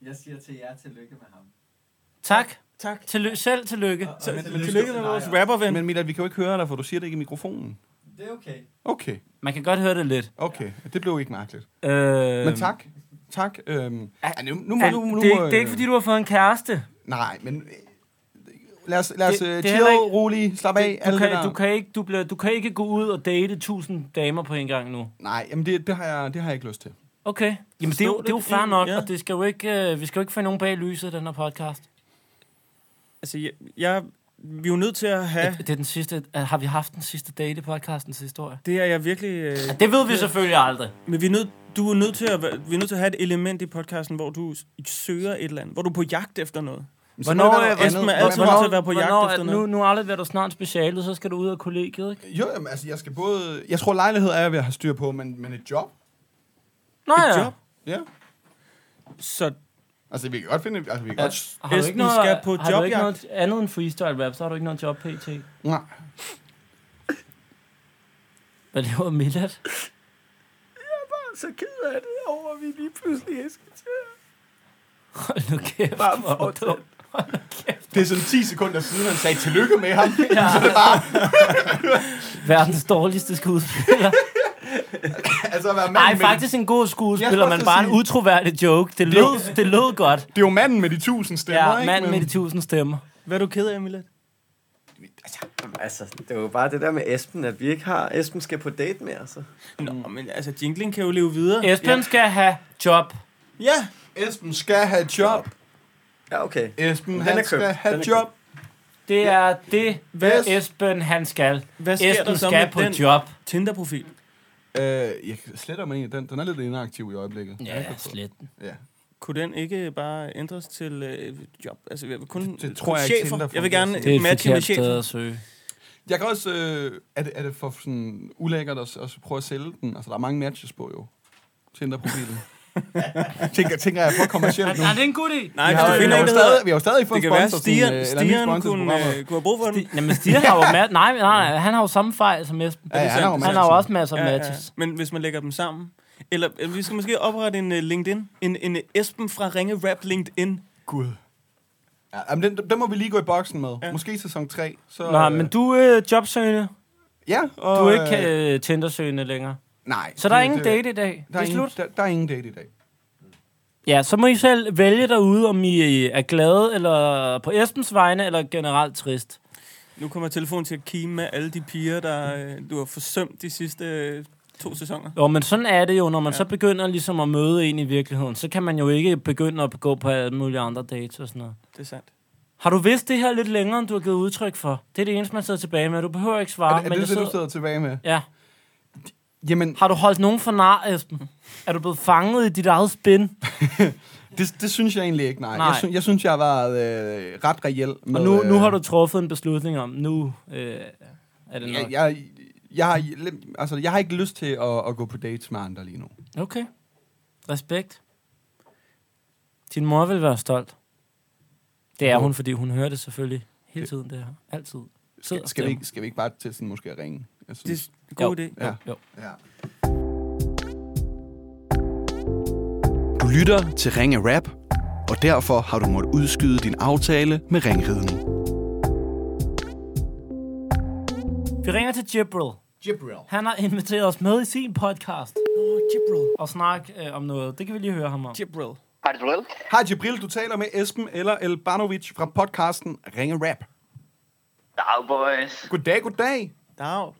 S7: jeg siger til jer tillykke med ham.
S1: Tak.
S3: Tak.
S1: Tilly- selv tillykke.
S7: Og- og
S3: Men
S7: tillykke til
S3: tillykke med
S7: dig
S3: vores
S7: også.
S3: rapperven.
S2: men Mila, vi kan jo ikke høre dig, for du siger det ikke i mikrofonen.
S7: Det er okay.
S2: Okay,
S1: Man kan godt høre det lidt.
S2: okay. Det blev ikke mærkeligt.
S1: Øh,
S2: Men tak. Tak. Øhm, ja, nu, nu, må,
S1: Ja,
S2: nu, nu,
S1: det, er
S2: må,
S1: ikke, det er ikke,
S2: øh,
S1: fordi du har fået en kæreste.
S2: Nej, men... øh, Lad os, lad os
S1: Det-
S2: det,
S1: det er
S2: chill,
S1: heller ikke-
S2: rolig, slap af.
S1: Du
S2: alt det
S1: kan,
S2: der.
S1: du, kan ikke, du, bliver, du kan ikke gå ud og date tusind damer på en gang nu.
S2: Nej, jamen det, det, har jeg, det har jeg ikke lyst til.
S1: Okay. Jamen, det, er jo-
S2: Forstå
S1: det er jo
S2: det,
S1: fair
S2: det-
S1: nok,
S2: ja.
S1: og det skal jo ikke, øh, vi skal jo ikke få nogen bag lyset i den her podcast.
S13: Altså, jeg, jeg, vi er jo nødt til at have...
S1: Det, det er den sidste, øh, har vi haft den sidste date i podcastens historie?
S13: Det er jeg virkelig... Øh,
S1: Ja, det ved vi selvfølgelig aldrig.
S13: Men vi er nødt, du er nødt til at, være- vi er nødt til at have et element i podcasten, hvor du s- søger et eller andet. Hvor du er på jagt efter noget.
S1: Hvornår,
S13: er
S1: øh,
S13: Esben er altid nødt til at være på jagt
S1: hvornår-
S13: efter
S1: nu,
S13: noget.
S1: nu afleverer du snart specialet, så skal du ud af kollegiet, ikke?
S2: Jo, jamen, altså, jeg skal både... Jeg tror, lejlighed er jeg ved at have styr på, men, men et job?
S1: Nå
S2: et
S1: ja.
S2: job? Ja.
S13: Så...
S2: Altså, vi kan godt finde... Altså, vi kan ja. godt...
S1: Har du ikke noget, har du ikke noget andet end freestyle rap, så har du ikke noget job pt.
S2: Nej.
S1: Hvad laver Milad?
S9: bare så ked af det over, at vi lige pludselig skal til
S1: Hold nu kæft, Bare hvor dumt.
S2: Det er sådan 10 sekunder siden, han sagde tillykke med ham. ja. Så det er bare...
S1: Verdens dårligste skuespiller.
S2: altså, at være mand
S1: Nej,
S2: med-
S1: faktisk en god
S2: Jeg
S1: skuespiller,
S2: skulle
S1: men
S2: også
S1: bare en
S2: sige-
S1: utroværdig joke. Det lød, det lød godt.
S2: Det er jo manden med de tusind stemmer,
S1: Ja,
S2: ikke?
S1: manden
S2: Men-
S1: med de tusind stemmer.
S13: Hvad er du ked af, Milad?
S7: Altså, det var jo bare det der med Esben, at vi ikke har... Esben skal på date med, altså.
S13: Nå, men altså, jinglen kan jo leve videre.
S1: Esben ja. skal have job.
S13: Ja.
S2: Esben skal have job.
S7: Ja, okay.
S2: Esben,
S1: Den
S2: han
S1: er købt.
S2: skal have
S1: Den er
S2: job.
S1: Det er det,
S13: Hvad-
S1: hvad Esben han skal.
S13: Hvad sker
S1: Esben
S13: der så
S1: skal
S13: med
S1: på
S13: den
S1: job.
S13: Tinder-profil?
S2: Øh, jeg sletter mig en. Den, den er lidt inaktiv i øjeblikket.
S1: Ja,
S2: Jeg kan få-
S1: slet den.
S2: Ja.
S13: Kunne den ikke bare ændres til øh, job? Altså, jeg vil kun, det,
S2: tror jeg ikke,
S13: chefer.
S2: Tinder
S13: jeg vil
S2: fungerer
S13: gerne
S2: sådan. Det er et
S13: matche med
S2: forkert sted
S13: chefer.
S2: at
S1: søge.
S2: Jeg kan også... Øh, er, det, er det for sådan ulækkert at, at prøve at sælge den? Altså, der er mange matches på, jo. Tinder-profilen. tænker, tænker jeg på kommercielt nu?
S1: Er, er det en god idé?
S2: Nej, vi har, vi, har jo stadig, vi har jo stadig fået en sponsor. sådan, øh, eller en ny sponsor til programmet.
S13: kunne have brug for den.
S1: Jamen, Stier har jo ma- nej, nej, nej, han har jo samme fejl som Esben.
S13: Ja, det er
S1: han,
S13: sandt, det er
S1: han har jo
S13: sandt.
S1: også masser af matches.
S13: Men hvis man lægger dem sammen. Eller, eller vi skal måske oprette en uh, LinkedIn. En, en uh, Esben fra Ringe Rap LinkedIn.
S2: Gud. Ja, jamen, den, den må vi lige gå i boksen med. Ja. Måske i sæson 3. Så,
S1: Nå, men du er øh, jobsøgende.
S2: Ja.
S1: Og, du er ikke øh, Tinder-søgende længere.
S2: Nej.
S1: Så der er
S2: det-
S1: ingen
S2: det-
S1: date i dag.
S2: Der
S1: Det er
S2: ingen-
S1: slut.
S2: Der, der er ingen date i dag.
S1: Ja, så må I selv vælge derude, om I øh, er glade eller på Esbens vegne, eller generelt trist.
S13: Nu kommer telefonen til at kime med alle de piger, der øh, du har forsømt de sidste øh, to sæsoner.
S1: Jo, men sådan er det jo. Når man ja. så begynder ligesom at møde en i virkeligheden, så kan man jo ikke begynde at gå på alle mulige andre dates og sådan noget.
S13: Det er sandt.
S1: Har du vidst det her lidt længere, end du har givet udtryk for? Det er det eneste, man sidder tilbage med. Du behøver ikke svare.
S2: er det, er
S1: Ah, men
S2: det,
S1: jeg
S2: det du sidder tilbage med?
S1: Ja.
S2: Jamen...
S1: Har du holdt nogen for nar, Esben? Er du blevet fanget i dit eget spin?
S2: Det, det synes jeg egentlig ikke, nej.
S1: Nej.
S2: nej. Jeg, sy- jeg synes, jeg har været øh, ret reelt. Med,
S1: Og nu,
S2: øh,
S1: nu har du truffet en beslutning om, nu øh, er det
S2: Jeg,
S1: nok.
S2: jeg, jeg, har, lidt- altså, jeg har ikke lyst til at, at gå på dates med andre lige nu.
S1: Okay. Respekt. Din mor vil være stolt. Det er
S2: Jo.
S1: hun, fordi hun hører det selvfølgelig hele
S2: Det-
S1: tiden, det her. Altid. Sidder
S2: Skal,
S1: og
S2: skal, vi
S1: stemmer.
S2: ikke, skal vi ikke bare til sådan måske at ringe? Jeg
S13: Det er en god
S2: Jo.
S13: idé.
S2: Ja.
S1: Jo.
S2: Ja.
S14: Du lytter til Ringe Rap, og derfor har du måttet udskyde din aftale med ringriden.
S1: Vi ringer til Jibril.
S2: Jibril.
S1: Han har inviteret os med i sin podcast. Åh, oh, Jibril. Og snakke øh, om noget. Det kan vi lige høre ham om.
S13: Jibril.
S2: Hej Jibril. Hej Jibril, du taler med Esben eller Elbanovic fra podcasten Ringe Rap.
S8: Dag, boys.
S2: Goddag, goddag.
S13: Dag.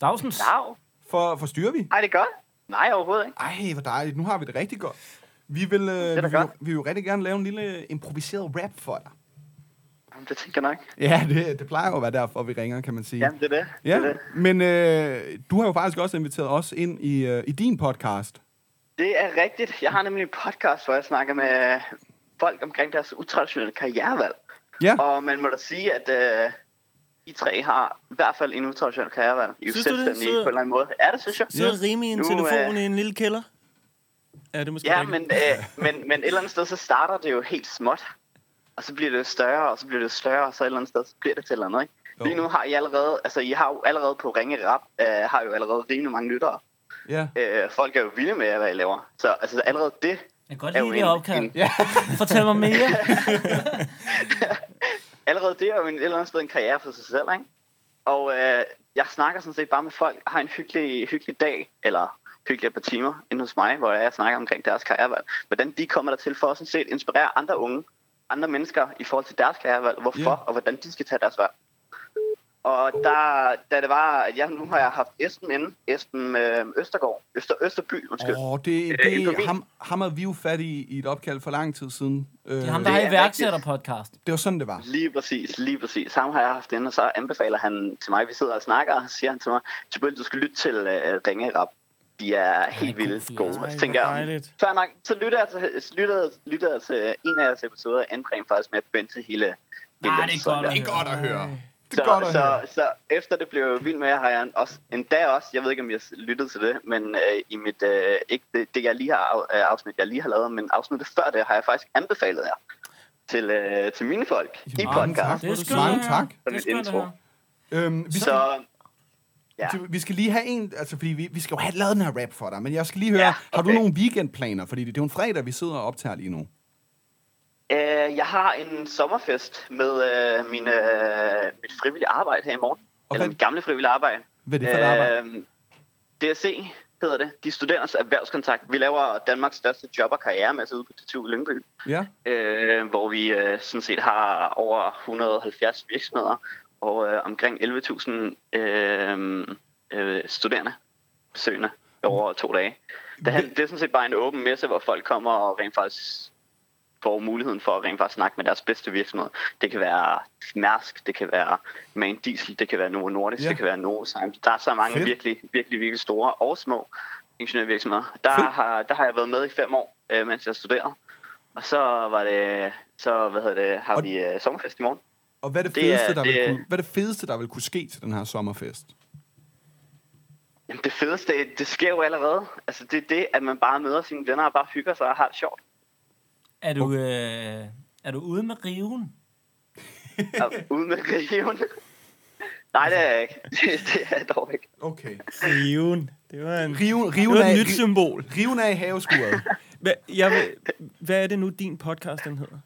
S1: Dagsens.
S8: Dag.
S2: For, forstyrrer vi?
S8: Nej, det gør Nej, overhovedet ikke.
S2: Ej, hvor dejligt. Nu har vi det rigtig godt. Vi vil, øh, vi, vil, vi vil jo rigtig gerne lave en lille improviseret rap for dig.
S8: Jamen, Det tænker jeg nok.
S2: Ja, det, det plejer jo at være derfor, vi ringer, kan man sige.
S8: Jamen, det er det.
S2: Ja,
S8: Det, er det.
S2: men øh, du har jo faktisk også inviteret os ind i, øh, i din podcast.
S8: det er rigtigt. Jeg har nemlig en podcast, hvor jeg snakker med folk omkring deres utraditionelle karrierevalg.
S2: Ja.
S8: Og man må da sige, at øh, I tre har i hvert fald en utraditionel karrierevalg. I er jo
S13: Synes du det?
S8: selvstændige på
S13: Sidder-
S8: en eller anden måde. Ja, det synes jeg.
S13: Sidder Rimi i en
S8: Nu,
S13: telefon
S8: øh,
S13: i en lille kælder? Ja, det er måske
S8: Ja,
S13: rigtigt.
S8: men, øh, men, men et eller andet sted, så starter det jo helt småt. Og så bliver det større, og så bliver det større, og så et eller andet sted, så bliver det til et eller andet, ikke? Lige nu har I allerede, altså I har jo allerede på Ringe Rap, øh, har jo allerede rimelig mange lyttere.
S2: Ja.
S8: Øh, folk er jo vilde med, hvad I laver. Så altså allerede det Jeg
S1: kan godt lide det opkald. Ja. Fortæl mig mere.
S8: Allerede det er jo en, et eller andet sted en karriere for sig selv, ikke? Og øh, jeg snakker sådan set bare med folk, har en hyggelig, hyggelig dag, eller hyggelige par timer inde hos mig, hvor jeg snakker omkring deres karrierevalg. Hvordan de kommer der til for at sådan set inspirere andre unge, andre mennesker i forhold til deres karrierevalg, hvorfor yeah. og hvordan de skal tage deres valg. Og der, da det var, at jeg nu har jeg haft Esben inde, Esben øh, Østergaard, Øster, Østerby, undskyld.
S5: Åh, oh, det,
S8: Øh,
S5: det
S8: økonomi.
S5: er ham, ham havde vi jo fat i, i et opkald for lang tid siden.
S2: Øh,
S8: er ham, der har Det er
S1: iværksætterpodcast.
S5: Det var sådan, det var.
S8: Lige præcis, lige præcis. Ham har jeg haft inde, og så anbefaler han til mig, vi sidder og snakker, og så siger han til mig, Tybøl, du skal lytte til uh, Ringe Rap. De er helt vildt gode. Og så tænker jeg,
S3: dejligt.
S8: fair nok. Så lytter jeg til, så lytter, lytter jeg til en af jeres episoder, endte rent faktisk med at begynde til hele... hele
S12: Nej, det er godt
S8: sæsonen
S12: at
S8: der.
S12: høre.
S8: Så,
S12: godt at
S8: så,
S12: høre.
S8: så, efter det blev vild med, har jeg også, en dag også, jeg ved ikke, om jeg lyttede til det, men øh, i mit, øh, ikke det, det jeg lige har, af- øh, afsnit, jeg lige har lavet, men afsnittet før det, har jeg faktisk anbefalet jer til, øh, til mine folk i podcast.
S5: Mange tak.
S8: Som et intro.
S5: Øhm, vi, skal,
S8: Så, ja.
S5: vi skal lige have en, altså fordi vi, vi skal jo have lavet den her rap for dig, men jeg skal lige høre, ja, okay. har du nogle weekendplaner? Fordi det, det er jo en fredag, vi sidder og optager lige nu.
S8: øh, jeg har en sommerfest med øh, mine, øh, mit frivillige arbejde her i morgen. Okay. Eller mit gamle frivillige arbejde.
S5: Hvad er det for et arbejde?
S8: Øh, DSC hedder det. De studerendes erhvervskontakt. Vi laver Danmarks største job- og karrieremasse ude på TTU Lyngby.
S5: Ja.
S8: øh, hvor vi øh, sådan set har over 170 virksomheder og øh, omkring 11.000 øh, øh, studerende besøgende over to dage. Det, han- det er sådan set bare en åben messe, hvor folk kommer og rent faktisk får muligheden for at rent faktisk snakke med deres bedste virksomhed. Det kan være Mærsk, det kan være Man Diesel, det kan være Novo Nordisk,
S5: Ja.
S8: ja. det kan være Novozymes. Der er så mange
S5: Fedt.
S8: virkelig, virkelig, virkelig store og små ingeniørvirksomheder. Der har, der har jeg været med i fem år, øh, mens jeg studerede. Og så var det, så hvad hedder det, har vi øh, sommerfest i morgen.
S5: Og hvad er det,
S8: Det
S5: det,
S8: er-
S5: fedeste, der
S8: det
S5: vil
S8: er-
S5: kunne, hvad er det fedeste, der vil kunne ske til den her sommerfest?
S8: Jamen, det fedeste, det- det sker jo allerede. Altså det er det, at man bare møder sine venner og bare hygger sig og har det sjovt.
S1: Er du, øh, er du ude med riven?
S8: Og ude med riven. Nej, det er jeg ikke. Det er jeg dog ikke.
S5: Okay.
S3: Riven. Det var en,
S5: riven,
S3: det
S5: riven
S3: var
S5: af-
S3: et nyt symbol.
S5: Riven af i haveskuret.
S3: Hvad, jeg, vil- hvad er det nu, din podcast den hedder?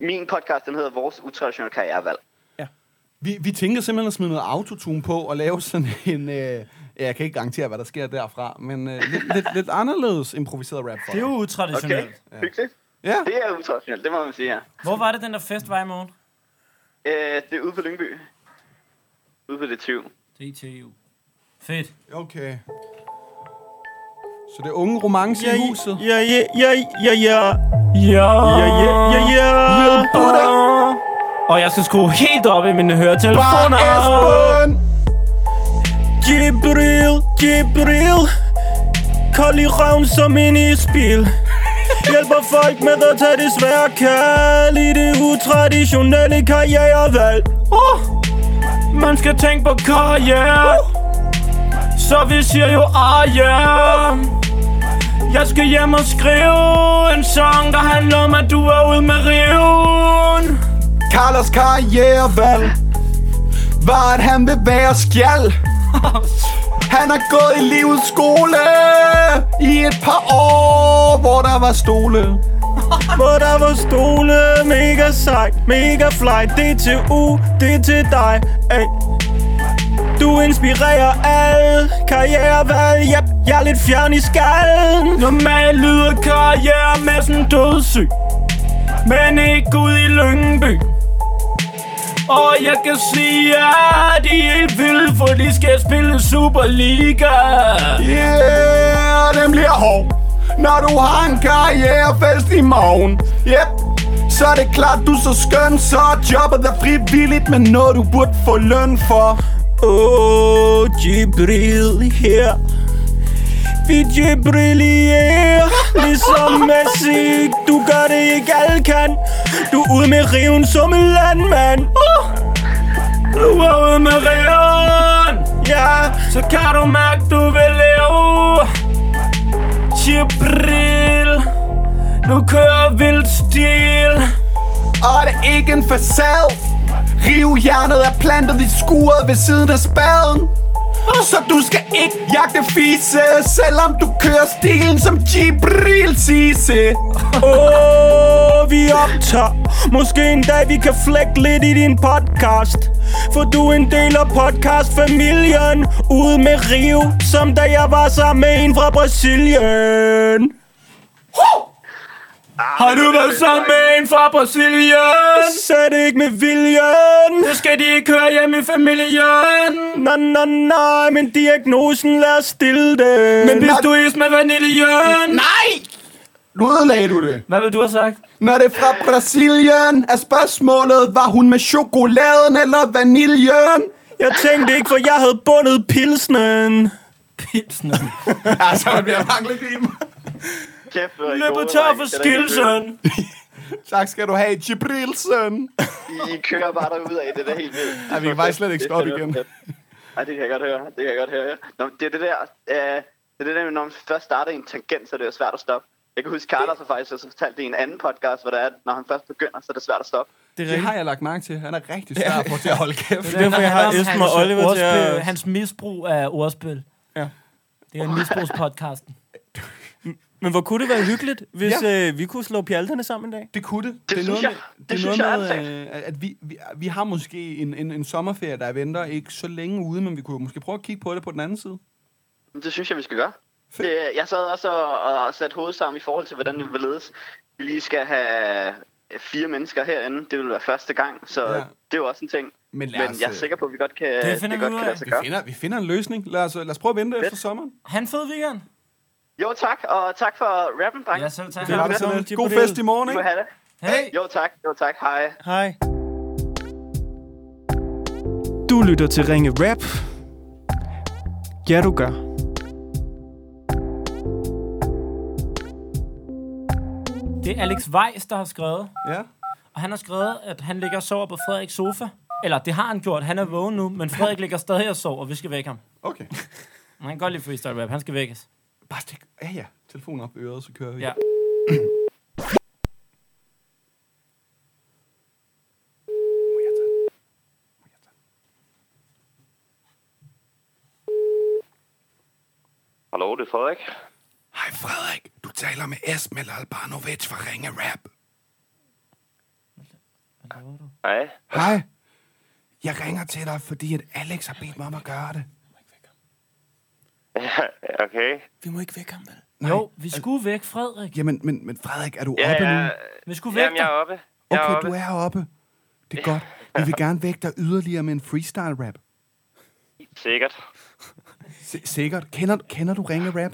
S8: Min podcast, den hedder Vores Utraditionelle Karrierevalg.
S5: Vi, vi tænker simpelthen at smide noget autotune på og lave sådan en... Øh, ja, jeg kan ikke garantere, hvad der sker derfra, men øh, lidt, lidt, lidt anderledes improviseret rap for
S1: Det er jo utraditionelt.
S8: Okay,
S5: Ja.
S8: hyggeligt.
S5: Ja.
S8: Det er utraditionelt, det må man sige, ja.
S1: Hvor var det, den der fest var i morgen?
S8: Øh, det er ude på Lyngby. Ude på det 20.
S1: DTU. Fedt.
S5: Okay. Så det er unge romance
S3: Ja,
S5: i huset.
S3: Ja, ja, ja, ja, ja.
S1: Ja,
S3: ja, ja, ja. Lille
S1: Og jeg skal skrue helt op i mine høretelefoner.
S3: Gabriel, Gabriel Kold i røven som en isbil Hjælper folk med at tage det svære kald I det utraditionelle karrierevalg
S1: Oh, man skal tænke på karriere. Så vi siger jo, ah ja. Yeah. Jeg skal hjem og skrive en sang, der handler om, at du er ude med riven.
S2: Carlos karrierevalg Var at han vil være skjald Han har gået i livets skole I et par år, hvor der var stole
S3: Hvor der var stole Mega sejt, mega fly DTU, det er til dig Ay. Du inspirerer alle Karrierevalg, yep, jeg er lidt fjern i skallen
S1: Normalt lyder karrieremassen dødssyg Men ikke ud i Lyngby Og jeg kan sige, at de er helt vilde For de skal spille Superliga
S2: Yeah, den bliver hård Når du har en karrierefest i morgen Yep så er det klart, du er så skøn, så er jobbet er frivilligt, men noget du burde få løn for.
S3: Åh, oh, Jibril her Vi Jibrillerer Ligesom Messi Du gør det ikke alle kan Du er ude med riven som en landmand oh,
S1: Du er ude med riven
S3: Ja
S1: Så kan du mærke, du vil leve Chibril Nu kører vildt stil
S2: Og det er ikke en facade Rivhjernet er plantet i skuret ved siden af spaden Så du skal ikke jagte fise Selvom du kører stilen som Jibril Sisse
S3: Åh, oh, vi optager Måske en dag vi kan flække lidt i din podcast For du er en del af podcastfamilien Ude med riv Som da jeg var sammen med en fra Brasilien Har du været sammen med en fra Brasilien? Så er det ikke med viljen. Nu skal de ikke høre hjemme i familien. Nej, nej, nej, men diagnosen lad os stille det. Men hvis du is med vaniljen.
S15: Nej! Nu ødelagde du det.
S3: Hvad vil du have sagt?
S15: Når det er fra Brasilien, er spørgsmålet, var hun med chokoladen eller vaniljen?
S3: Jeg tænkte ikke, for jeg havde bundet pilsnen.
S1: Pilsnen?
S15: altså, man bliver manglet i dem.
S8: Kæft, hvor
S3: Løbet tør for skilsen.
S15: tak skal du have, Jibrilsen.
S8: I kører bare derud af, det er da helt vildt.
S15: Ej, vi kan faktisk slet ikke stoppe igen.
S8: Nej, det kan jeg godt høre. Det kan jeg godt høre, ja. Nå, men det er det der, øh, det er det der, med, når man først starter en tangent, så er det jo svært at stoppe. Jeg kan huske, Carlos har faktisk også fortalt det i en anden podcast, hvor det er, at når han først begynder, så er det svært at stoppe.
S2: Det, det har jeg lagt mærke til. Han er rigtig svær på til at holde kæft.
S1: Det er derfor, jeg har Esben og Oliver til at... Hans misbrug af ordspil. Ja. Det er en misbrugspodcasten.
S3: Men hvor kunne det være hyggeligt, hvis ja. øh, vi kunne slå pjalterne sammen en dag?
S2: Det kunne det.
S3: Det
S2: er
S3: synes
S2: noget
S3: jeg.
S2: Med,
S3: Det
S2: det,
S3: synes
S2: er
S3: jeg
S2: noget
S3: er
S2: med, øh, at vi, vi, vi har måske en, en, en sommerferie, der venter ikke så længe ude, men vi kunne måske prøve at kigge på det på den anden side.
S8: Men Det synes jeg, vi skal gøre. Det, jeg sad også og, og satte hovedet sammen i forhold til, hvordan det vil ledes. Vi lige skal have fire mennesker herinde. Det vil være første gang, så
S2: Ja.
S8: ja. det er jo også en ting.
S2: Men
S8: Men,
S2: lad os,
S8: Men jeg er
S2: øh,
S8: sikker på, at vi godt kan, det det godt kan lade sig
S2: Vi
S8: gøre.
S2: finder, vi finder en løsning. Lad os, lad os prøve at vente efter sommeren.
S1: Han fed weekend.
S8: Jo, tak. Og tak for rappen, dreng. Ja,
S1: selv tak.
S2: Det var det sådan lidt. God fest i morgen,
S8: Du må
S2: ikke?
S8: have det.
S1: Hey.
S8: Jo, tak. Jo, tak. Hej.
S3: Hej. Du lytter til Ringe Rap. Ja, du gør.
S1: Det er Alex Weiss, der har skrevet.
S2: Ja.
S1: Og han har skrevet, at han ligger og sover på Frederiks sofa. Eller det har han gjort. Han er vågen nu, men Frederik ligger stadig og sover, og vi skal vække ham.
S2: Okay.
S1: Men han kan godt lide freestyle rap. Han skal vækkes.
S2: Bare stik. Ja, ja. Telefonen op i øret, så kører vi.
S1: Ja.
S16: Hallo, det er Frederik.
S17: Hej Frederik, du taler med Esmel Albanovic fra Ringe Rap.
S16: Hej.
S17: Hej. Jeg ringer til dig, fordi at Alex har bedt mig om at gøre det.
S16: okay.
S17: Vi må ikke væk ham, vel?
S1: Nej. Jo, vi skulle væk, Frederik.
S17: Jamen, men, men Frederik, er du
S1: Ja,
S17: oppe
S1: ja.
S17: nu?
S1: Vi skulle væk
S16: Jamen, jeg er
S1: dig.
S16: oppe. Jeg
S17: Okay,
S16: er oppe.
S17: du er oppe. Det er godt. Vi vil gerne vække dig yderligere med en freestyle rap.
S16: Sikkert.
S17: S- sikkert. Kender, kender du Ringe Rap?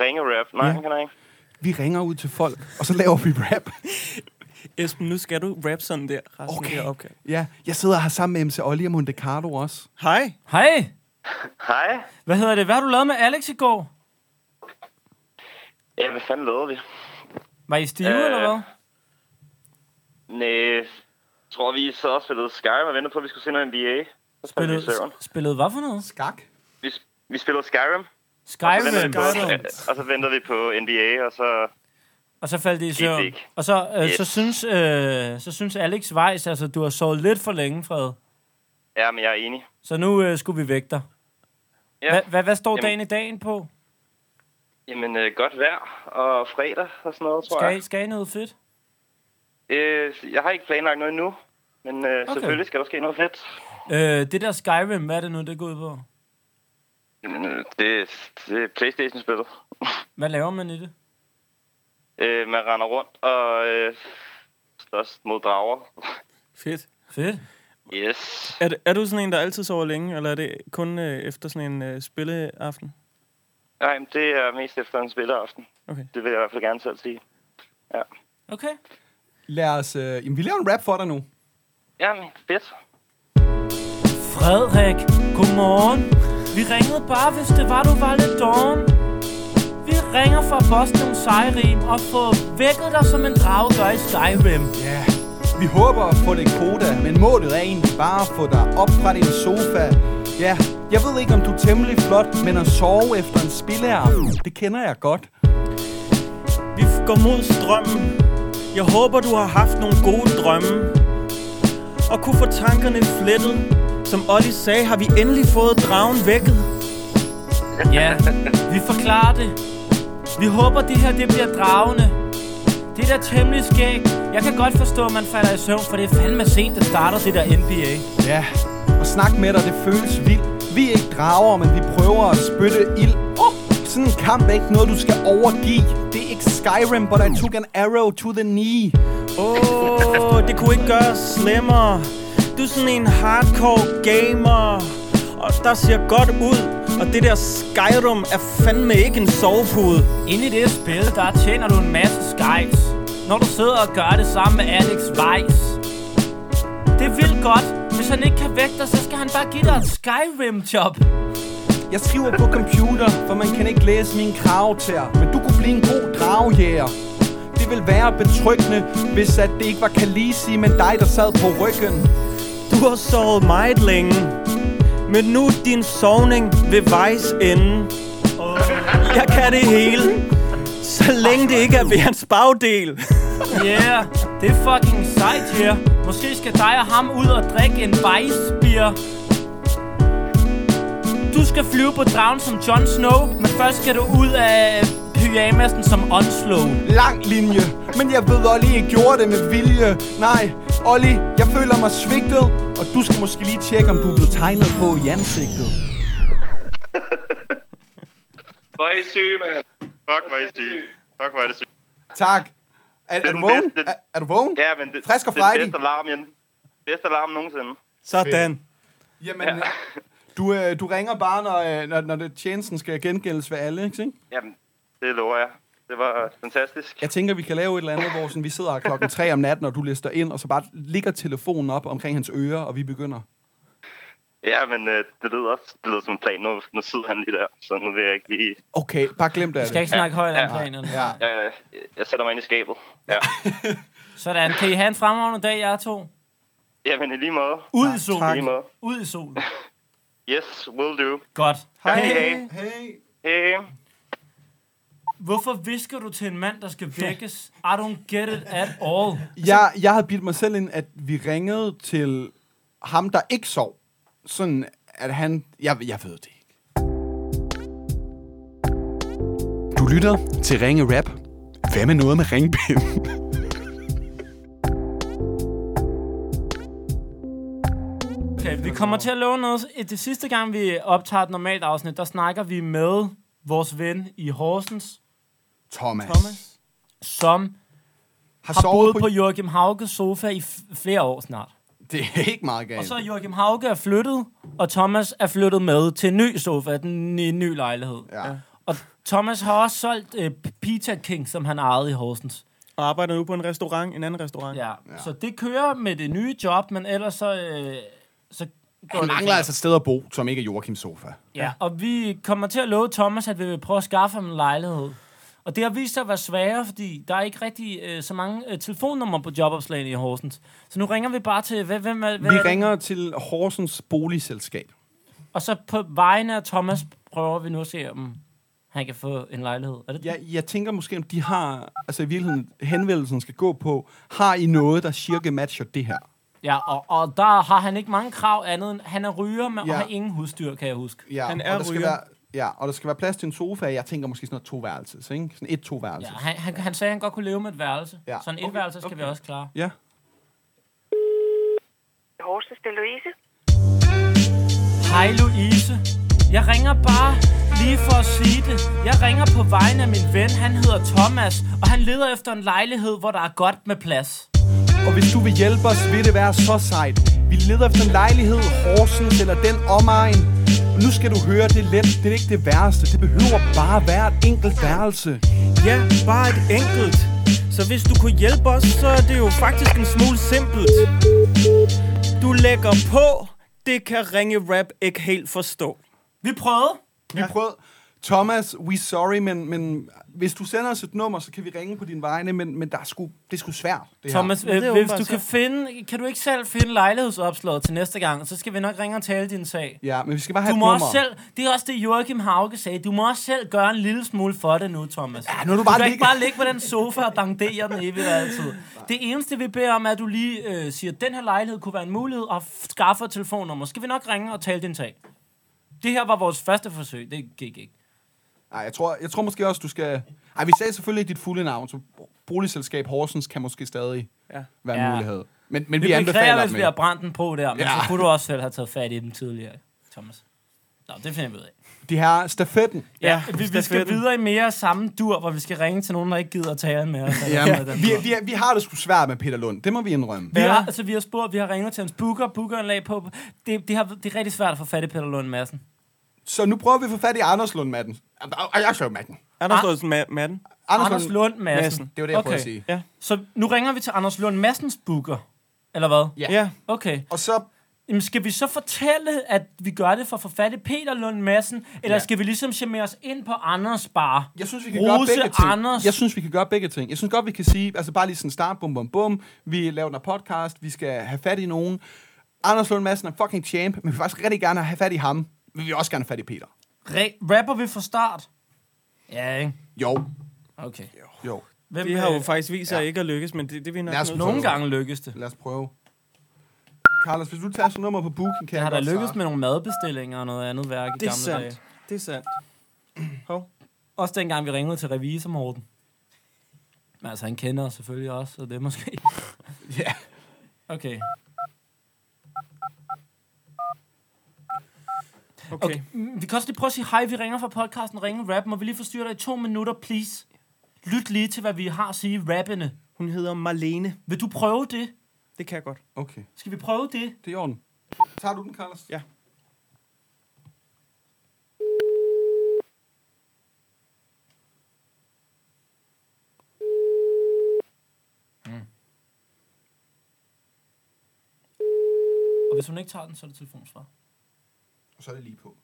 S16: Ringe rap. Nej,
S17: Ja.
S16: han kan jeg ikke.
S17: Vi ringer ud til folk, og så laver vi rap.
S3: Esben, nu skal du rap sådan der resten okay. af opgaven.
S17: Ja, jeg sidder her sammen med MC Olli og Monte Carlo også.
S3: Hej.
S1: Hej.
S16: Hej.
S1: Hvad hedder det? Hvad har du lavet med Alex i går?
S16: Ja, hvad fanden lavede vi?
S1: Var I stive, øh.
S16: Øh.
S1: eller hvad?
S16: Næh, jeg tror vi sad og spillede Skyrim og ventede på, at vi skulle se noget NBA. Så faldt vi i
S1: Spillede,
S16: søvn.
S1: spillede hvad for noget?
S17: Skak.
S16: Vi, vi spillede Skyrim. Og så
S1: Skyrim.
S16: ventede vi på-
S1: Skyrim.
S16: Og så ventede vi på NBA, og så...
S1: Og så faldt I i
S16: Gik det
S1: søvn.
S16: ikke.
S1: Og så, øh,
S16: Yes.
S1: så, synes, øh, så synes Alex Weiss, altså du har sovet lidt for længe, Fred.
S16: Ja, men jeg er enig.
S1: Så nu øh, skulle vi vække dig.
S16: Ja.
S1: Hva, hva, hvad står
S16: Jamen.
S1: dagen i dagen på?
S16: Jamen, øh, godt vejr og fredag og sådan noget, tror
S1: Skal, I-
S16: jeg.
S1: skal I noget fedt?
S16: Øh, jeg har ikke planlagt noget endnu, men øh,
S1: Okay.
S16: okay. selvfølgelig skal der ske noget fedt.
S1: Øh, det der Skyrim, hvad er det nu, det går ud på?
S16: Jamen, øh, det, det er Playstation-spillet.
S1: Hvad laver man i det?
S16: Øh, man render rundt og øh, slås mod drager.
S3: Fedt.
S1: Fedt.
S16: Yes.
S3: Er, er du sådan en, der altid sover længe, eller er det kun øh, efter sådan en øh, spilleaften?
S16: Nej, men det er mest efter en spilleraften.
S3: Okay.
S16: Det vil jeg i hvert fald gerne selv sige. Ja.
S1: Okay.
S2: Lad os... Øh, jamen, vi laver en rap for dig nu.
S16: Jamen, fedt.
S1: Frederik, godmorgen. Vi ringede bare, hvis det var, du var lidt doven. Vi ringer fra Boston Skyrim og får vækket dig, som en drage gør i Skyrim.
S2: Ja. Vi håber at få det kvote, men målet er egentlig bare at få dig op fra din sofa. Ja, jeg ved ikke, om du er temmelig flot, men at sove efter en spilleaften, det kender jeg godt.
S3: Vi går mod strømmen. Jeg håber, du har haft nogle gode drømme. Og kunne få tankerne flettet. Som Olli sagde, har vi endelig fået dragen vækket.
S1: Ja, vi forklarer det. Vi håber, det her det bliver dragende. Det der temmelig skæg. Jeg kan godt forstå, at man falder i søvn, for det er fandme sent, det starter det der NBA.
S2: Ja, og snak med dig, det føles vildt. Vi er ikke drager, men vi prøver at spytte ild. Oh, Sådan en kamp er ikke noget, du skal overgive. Det er ikke Skyrim, but I took an arrow to the knee.
S3: Åh, oh, det kunne ikke gøres slemmere. Du er sådan en hardcore gamer. Og der ser godt ud. Og det der Skyrim er fandme ikke en sovepude.
S1: Inde i det spil, der tjener du en masse skies. Når du sidder og gør det sammen med Alex Weiss. Det er vildt godt. Hvis han ikke kan vække dig, så skal han bare give dig et Skyrim-job.
S2: Jeg skriver på computer, for man kan ikke læse mine krav til jer. Men du kunne blive en god dragjæger. Det vil være betryggende, hvis at det ikke var Khaleesi, men dig, der sad på ryggen.
S3: Du har sovet meget længe. Men nu er din sovning ved vejs ende. Og jeg kan det hele. Så længe det ikke er ved hans bagdel.
S1: Yeah, det er fucking sejt her. Måske skal dig og ham ud og drikke en vejsbier. Du skal flyve på dragen som Jon Snow, men først skal du ud af pyjamasen som Onslow.
S2: Lang linje, men jeg ved, Olli ikke gjorde det med vilje. Nej, Olli, jeg føler mig svigtet, og du skal måske lige tjekke, om du er blevet tegnet på i ansigtet.
S16: Hvor er I syge, mand? Fuck, hvor er I syge. Fuck, hvor er det syge.
S2: Tak. Er, er, du vågen? Er, er du vågen?
S16: Ja, men det,
S2: Frisk og
S16: det er den
S2: Friday.
S16: bedste alarm, jeg, bedste alarm nogensinde.
S2: Sådan. Jamen, ja. du, øh, du ringer bare, når, øh, når, når det, tjenesten skal gengældes ved alle, ikke? Sing?
S16: Jamen, det lover jeg. Det var fantastisk.
S2: Jeg tænker, vi kan lave et eller andet, hvor sådan, vi sidder her klokken 3 om natten, og du lister ind, og så bare ligger telefonen op omkring hans ører, og vi begynder.
S16: Ja, men øh, det lyder også det lyder som en plan. Nu, nu sidder han lige der, så nu vil jeg ikke lige...
S2: Okay, bare glem det.
S1: Du skal ikke snakke højt om planen.
S16: Ja. ja. Jeg, jeg sætter mig ind i skabet. Ja.
S1: Sådan, kan I have en fremragende dag, jer to?
S16: Jamen, i lige måde.
S1: Ud i
S16: I
S1: solen.
S16: lige måde.
S1: Ud i solen.
S16: Yes, will do.
S1: Godt.
S16: Hej.
S1: Hej.
S16: Hej. Hej.
S1: Hvorfor visker du til en mand, der skal vækkes? I don't get it at all.
S2: Jeg, jeg havde bildt mig selv ind, at vi ringede til ham, der ikke sov. Sådan, at han... Jeg, jeg ved det.
S18: Du lytter til Ringe Rap. Hvad med noget med ringbind?
S1: Okay, vi kommer til at love noget. I Det sidste gang, vi optager et normalt afsnit, der snakker vi med vores ven i Horsens,
S2: Thomas.
S1: Thomas som
S2: har,
S1: har
S2: sovet
S1: boet
S2: på-
S1: på, på Joachim Hauges sofa i f- flere år snart.
S2: Det er ikke meget galt.
S1: Og så er Joachim Hauge er flyttet, og Thomas er flyttet med til en ny sofa, den i en ny lejlighed.
S2: Ja.
S1: Og Thomas har også solgt øh, Peter King, som han ejede i Horsens.
S3: Og arbejder nu på en restaurant, en anden restaurant.
S1: Ja. ja. Så det kører med det nye job, men ellers så... Øh, så går
S2: Han
S1: det
S2: mangler
S1: fint.
S2: altså et sted at bo, som ikke er Joachims sofa.
S1: Ja, og vi kommer til at love Thomas, at vi vil prøve at skaffe ham en lejlighed. Og det har vist sig at være sværere, fordi der er ikke rigtig øh, så mange øh, telefonnumre på jobopslagene i Horsens. Så nu ringer vi bare til... Hvem, hvem, er- hvem
S2: Vi
S1: er det?
S2: ringer til Horsens Boligselskab.
S1: Og så på vegne af Thomas prøver vi nu at se, om han kan få en lejlighed. Er det
S2: Jeg, jeg tænker måske, om de har... Altså i virkeligheden, henvendelsen skal gå på, har I noget, der cirka matcher det her?
S1: Ja, og, og der har han ikke mange krav andet end, han er ryger, men ja.
S2: Ja.
S1: og har ingen husdyr, kan jeg huske.
S2: Ja, og der skal være, Ja, og der skal være plads til en sofa. Jeg tænker måske sådan noget toværelses, ikke? Sådan et
S1: Ja,
S2: toværelses.
S1: han, han, han sagde, at han godt kunne leve med et værelse.
S2: Ja.
S1: Ja. Så en okay, værelse skal okay. vi også klare.
S2: Ja.
S19: Horsens, det er Louise.
S1: Hej Louise. Jeg ringer bare lige for at sige det. Jeg ringer på vegne af min ven, han hedder Thomas, og han leder efter en lejlighed, hvor der er godt med plads.
S2: Og hvis du vil hjælpe os, vil det være så sejt. Vi leder efter en lejlighed, Horsens eller den omegn. Og nu skal du høre, det er let. Det er ikke det værste. Det behøver bare være et enkelt værelse.
S3: Ja, bare et enkelt. Så hvis du kunne hjælpe os, så er det jo faktisk en smule simpelt. Du lægger på, det kan ringe rap ikke helt forstå.
S1: Vi prøvede.
S2: Vi prøvede. Thomas, we sorry, men, men hvis du sender os et nummer, så kan vi ringe på din vegne, men, men der er sgu, det er sgu svært. Det her.
S1: Thomas, øh, hvis du kan finde, kan du ikke selv finde lejlighedsopslaget til næste gang, så skal vi nok ringe og tale din sag.
S2: Ja, men vi skal bare have
S1: Du
S2: et
S1: må
S2: nummer.
S1: også selv, det er også det, Joachim Hauge sagde, du må også selv gøre en lille smule for det nu, Thomas. Ja,
S2: nu er du
S1: du
S2: bare
S1: kan
S2: ligge-
S1: ikke bare ligge på den sofa og dangdere den evigt og altid. Det eneste, vi beder om, er, at du lige øh, siger, at den her lejlighed kunne være en mulighed, og f- skaffer et telefonnummer. Skal vi nok ringe og tale din sag? Det her var vores første forsøg, det gik ikke.
S2: Ej, jeg tror, jeg tror måske også, du skal... Ej, vi sagde selvfølgelig dit fulde navn, så boligselskab Horsens kan måske stadig ja. være en
S1: Ja.
S2: mulighed. Men, men
S1: vi
S2: vi
S1: beklager,
S2: anbefaler
S1: hvis
S2: dem
S1: vi har
S2: ikke.
S1: brændt den på der, men
S2: Ja.
S1: så kunne du også selv have taget fat i dem tidligere, Thomas. Nå, det finder vi ud af.
S2: De har stafetten.
S1: Ja, ja vi, vi skal videre i mere samme dur, hvor vi skal ringe til nogen, der ikke gider at tale med os.
S2: Ja, vi, vi, vi har det sgu svært med Peter Lund. Det må vi indrømme.
S1: Vi har, altså, vi har spurgt, vi har ringet til hans booker, bookeren lag på. Det, det, har, det er rigtig svært at få fat i Peter Lund Madsen.
S2: Så nu prøver vi at få fat i Anders Lund Madden. Og jeg søger Madden.
S1: Anders
S2: Lund Madden. Anders,
S1: Anders Lund Madsen. Madsen.
S2: Det var det, jeg prøvede at sige.
S1: Ja. Så nu ringer vi til Anders Lund Madsens booker, eller hvad?
S2: Ja. Ja.
S1: Okay.
S2: Og så...
S1: Jamen, skal vi så fortælle, at vi gør det for at få fat i Peter Lund Madsen, eller
S2: Ja.
S1: skal vi ligesom charmere os ind på Anders bar?
S2: Jeg synes, vi kan Rose gøre begge ting.
S1: Anders.
S2: Jeg synes, vi kan gøre begge ting. Jeg synes godt, vi kan sige, altså bare lige sådan start, bum, bum, bum. Vi laver en podcast, vi skal have fat i nogen. Anders Lund Madsen er fucking champ, men vi vil faktisk rigtig gerne have fat i ham. Men vi vil også gerne have fat i Peter.
S1: Re- rapper vi fra start? Ja, ikke?
S2: Jo.
S1: Okay.
S2: Jo.
S1: Hvem,
S20: det har jo
S1: øh,
S20: faktisk vist sig ja. ikke at lykkes, men det, det er vi nok
S1: Lad os
S20: nødt til.
S1: prøve. Nogle gange lykkes det.
S2: Lad os prøve. Carlos, hvis du tager sådan nummer på booking, kan
S1: Jeg har da
S2: godt
S1: lykkes
S2: svare.
S1: med nogle madbestillinger og noget andet værk i
S20: Det er
S1: gamle
S20: sandt.
S1: dage.
S20: Det er sandt. Hov.
S1: Også dengang vi ringede til revisor Morten. Men altså, han kender os selvfølgelig også, så det er måske...
S2: Ja. yeah.
S1: Okay. Okay. okay. mm, Vi kan også lige prøve at sige hej, vi ringer fra podcasten Ringe Rap. Må vi lige forstyrre dig i to minutter, please? Lyt lige til, hvad vi har at sige rappene.
S20: Hun hedder Marlene.
S1: Vil du prøve det?
S20: Det kan jeg godt.
S2: Okay.
S1: Skal vi prøve det?
S2: Det er i orden. Tager du den, Carlos?
S20: Ja.
S1: Og hvis hun ikke tager den, så er det telefonsvar.
S2: Og så er det lige på.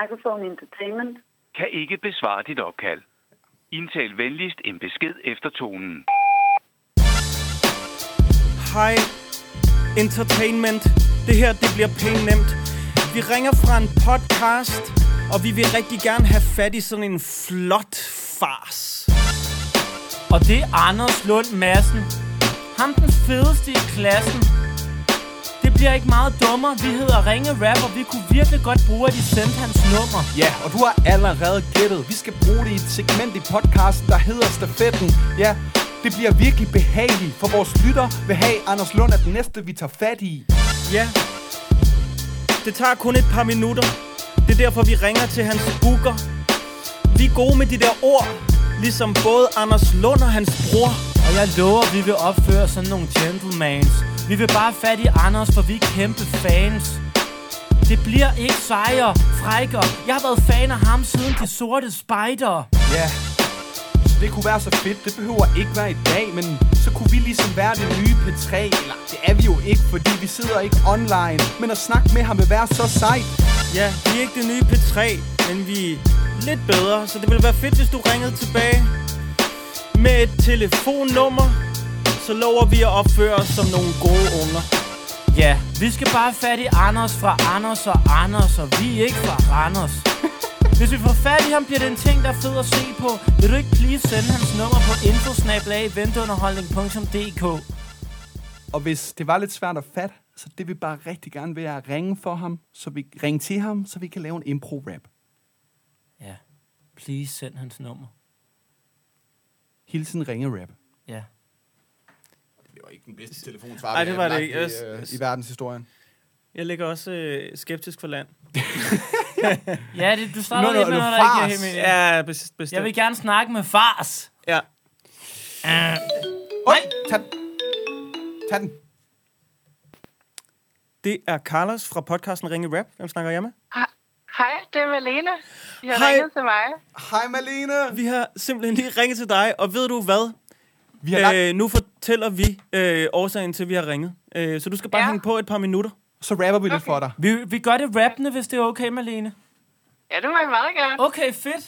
S21: Microphone Entertainment.
S22: kan ikke besvare dit opkald. Indtal venligst en besked efter tonen.
S3: Hej, entertainment. Det her, det bliver pænt nemt. Vi ringer fra en podcast, og vi vil rigtig gerne have fat i sådan en flot fars.
S1: Og det er Anders Lund Madsen. Ham den fedeste i klassen. Det bliver ikke meget dummere. Vi hedder Ringe Rap, og vi kunne virkelig godt bruge, at I sendte hans nummer.
S2: Ja, og du har allerede gættet. Vi skal bruge det i et segment i podcasten, der hedder Stafetten. Ja, det bliver virkelig behageligt, for vores lytter vil have Anders Lund er den næste, vi tager fat i.
S3: Ja. Det tager kun et par minutter. Det er derfor, vi ringer til hans booker. Vi er gode med de der ord, ligesom både Anders Lund og hans bror.
S1: Og jeg lover, vi vil opføre sådan nogle gentlemans. Vi vil bare have fat i Anders, for vi er kæmpe fans. Det bliver ikke sejre, frækker. Jeg har været fan af ham siden de sorte spejder.
S2: Ja, så det kunne være så fedt. Det behøver ikke være i dag, men så kunne vi ligesom være det nye P3. Eller det er vi jo ikke, fordi vi sidder ikke online. Men at snakke med ham vil være så sejt.
S3: Ja, vi er ikke det nye P3, men vi er lidt bedre, så det ville være fedt, hvis du ringede tilbage med et telefonnummer. Så lover vi at opføre os som nogle gode unger.
S1: Ja, vi skal bare have fat i Anders fra Anders og Anders, og vi er ikke fra Randers. Hvis vi får fat i ham, bliver det en ting, der er fed at se på. Vil du ikke please sende hans nummer på infosnablag.venteunderholdning.dk
S2: Og hvis det var lidt svært at fatte, så det vil bare rigtig gerne være at ringe for ham, så vi ringe til ham, så vi kan lave en impro-rap.
S1: Ja, please send hans nummer.
S2: Hilsen ringe rap.
S1: Ja.
S2: Det var ikke den bedste telefonsvar,
S20: Ej, det var det ikke.
S2: I,
S20: Jeg-
S2: øh, i verdenshistorien.
S20: Jeg ligger også øh, skeptisk for land.
S1: Ja, det, du starter lidt med noget, der ikke er helt meningen.
S20: Ja, bes- bestemt.
S1: Jeg vil gerne snakke med fars.
S20: Ja.
S1: Uh,
S2: Nej, tag den. Tag den.
S20: Det er Carlos fra podcasten Ringe Rap. Hvem snakker jeg med?
S11: Hej, det er Malene. I har
S20: Hej.
S11: ringet til mig.
S2: Hej Malene!
S20: Vi har simpelthen lige ringet til dig, og ved du hvad?
S2: Vi
S20: har øh, nu fortæller vi øh, årsagen til, at vi har ringet. Øh, så du skal bare ja. hænge på et par minutter.
S2: Så rapper vi okay. lidt for dig.
S1: Vi, vi gør det rappende, hvis det er okay, Malene.
S11: Ja, det må jeg meget gerne.
S1: Okay, fedt.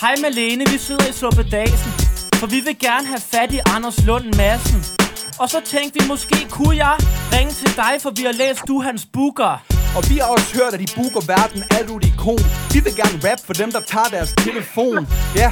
S1: Hej Malene, vi sidder i Suppedasen, for vi vil gerne have fat i Anders Lund Madsen. Og så tænkte vi, måske kunne jeg ringe til dig, for vi har læst du er hans booker.
S2: Og vi har også hørt, at de booker verden er du et ikon. Vi vil gerne rap for dem, der tager deres telefon. Ja,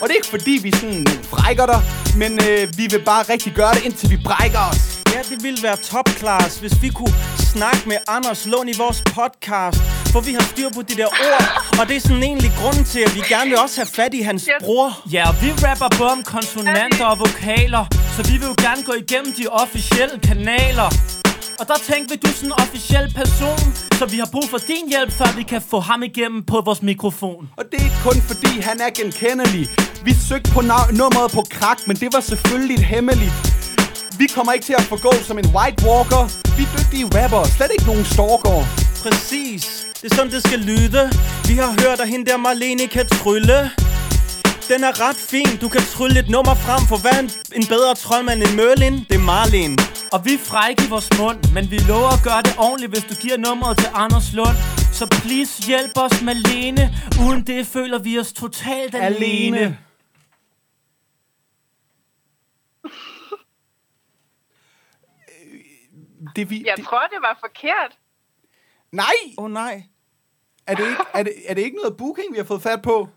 S2: og det er ikke fordi, vi sådan frækker dig, men øh, vi vil bare rigtig gøre det, indtil vi brækker os.
S3: Ja, det ville være top class, hvis vi kunne snakke med Anders Lund i vores podcast. For vi har styr på de der ord, og det er sådan egentlig grunden til, at vi gerne vil også have fat i hans bror.
S1: Ja, og vi rapper både om konsonanter og vokaler, Så vi vil jo gerne gå igennem de officielle kanaler Og der tænkte vi, du er sådan en officiel person Så vi har brug for din hjælp, før vi kan få ham igennem på vores mikrofon
S2: Og det er ikke kun fordi, han er genkendelig. Vi søgte på nav- nummeret på krak, men det var selvfølgelig et hemmeligt. Vi kommer ikke til at forgå som en white walker. Vi er dygtige rapper, slet ikke nogen stalker.
S3: Præcis, det er sådan, det skal lyde. Vi har hørt, at hende der Marlene kan trylle. Den er ret fin, du kan trylle et nummer frem for hvad er en, en bedre troldmand end Merlin, det er Marlin.
S1: Og vi er frække i vores mund, men vi lover at gøre det ordentligt, hvis du giver nummeret til Anders Lund. Så please hjælp os Malene, uden det føler vi os totalt alene. alene.
S2: Øh, Det vi,
S11: Jeg tror, det var forkert.
S2: Nej! Åh oh, nej. Er det, ikke, er, det, er det ikke noget booking, vi har fået fat på?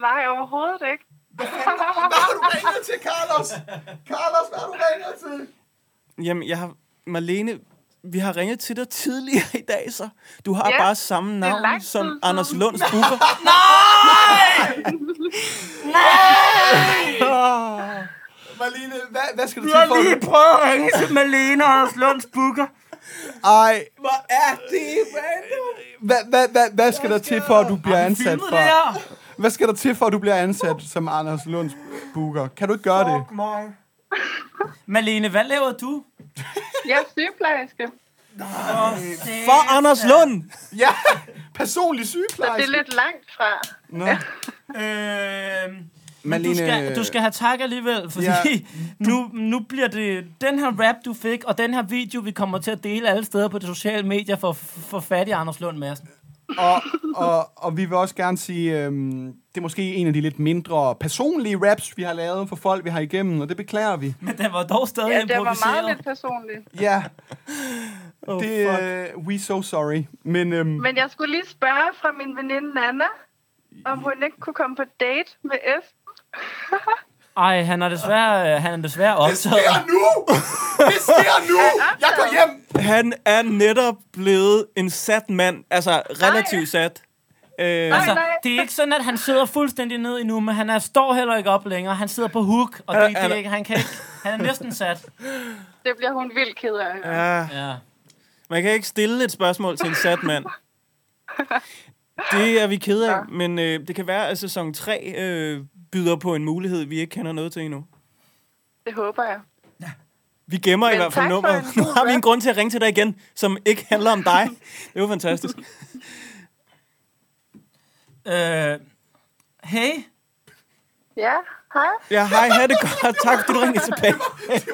S11: Nej, overhovedet ikke.
S2: Hvad har du ringet til, Carlos? Carlos, hvad har du ringet til?
S3: Jamen, jeg har... Marlene, vi har ringet til dig tidligere i dag, så du har
S11: Ja,
S3: bare samme
S11: det er lang
S3: navn
S11: tid
S3: som
S11: siden.
S3: Anders Lunds booker.
S2: Nej! Marlene, hvad, hvad skal du
S3: Vi har
S2: for-
S3: lige prøvet at ringe til Malene og Anders Lunds booker.
S2: Ej,
S3: Hvor er det random?
S2: hvad, hvad, hvad, hvad skal der til, for at du bliver ansat
S3: filmet
S2: for?
S3: det her?
S2: Hvad skal der til, for at du bliver ansat som Anders Lunds booker? Kan du ikke gøre det?
S3: mig.
S1: Malene, hvad laver du?
S11: Jeg er sygeplejerske.
S3: For Anders Lund!
S2: Ja, personlig
S11: Så det er
S2: sygeplejerske.
S11: lidt langt fra.
S2: Nå.
S1: Øh,
S2: Malene-
S1: Malene... du, skal, du skal have tak alligevel, fordi
S2: Ja.
S1: ja. nu, nu bliver det den her rap, du fik, og den her video, vi kommer til at dele alle steder på de sociale medier for, for fattig Anders Lund Madsen.
S2: Og, og, og vi vil også gerne sige, øhm, det er måske en af de lidt mindre personlige raps, vi har lavet for folk, vi har igennem, og det beklager vi.
S1: Men den var dog stadig
S11: Ja,
S1: ja,
S11: det var
S1: improviseret.
S11: meget lidt personligt.
S2: Ja, oh, det er uh, we so sorry. Men øhm,
S11: Men jeg skulle lige spørge fra min veninde Nana, om hun ikke kunne komme på date med F.
S1: Ej, han er desværre, øh, han er desværre optaget. Det
S2: sker nu! Det sker nu! Jeg går hjem!
S3: Han er netop blevet en sat mand. Altså, relativt sat. Øh,
S1: Altså, det er ikke sådan, at han sidder fuldstændig ned endnu, men han er, står heller ikke op længere. Han sidder på hook, og
S3: Er-
S1: det, det
S3: er
S1: er
S3: der-
S1: ikke, han, kan ikke, han er næsten sat.
S11: Det bliver hun vildt ked af.
S3: Ja.
S1: ja.
S3: Man kan ikke stille et spørgsmål til en sat mand. Det er vi ked af, men øh, det kan være, at sæson 3 øh, byder på en mulighed, vi ikke kender noget til endnu.
S11: Det håber jeg.
S3: Vi gemmer
S11: Men
S3: i hvert fald
S11: tak for
S3: nummeret.
S11: en
S3: Nu
S11: god
S3: har vi en
S11: rap.
S3: grund til at ringe til dig igen, som ikke handler om dig. Det var fantastisk.
S1: Øh, hey.
S11: Ja, hej.
S3: Ja, hej, ha' det godt. Tak, fordi du ringede tilbage.
S2: det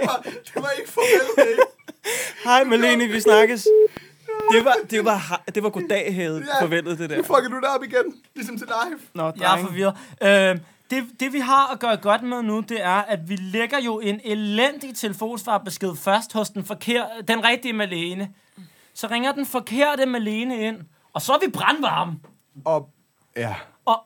S2: var ikke farvel,
S3: Hej, Malene, vi snakkes. Det var, det var, det var goddag, havde
S2: Ja.
S3: forventet det der.
S2: nu fucker du det op igen, ligesom til live.
S3: Nå,
S1: Jeg er forvirret. Øh, det, det vi har at gøre godt med nu, det er, at vi lægger jo en elendig telefonsvarbesked først hos den, forkerte, den rigtige Malene. Så ringer den forkerte Malene ind, og så er vi brandvarme.
S2: Og, ja.
S1: Og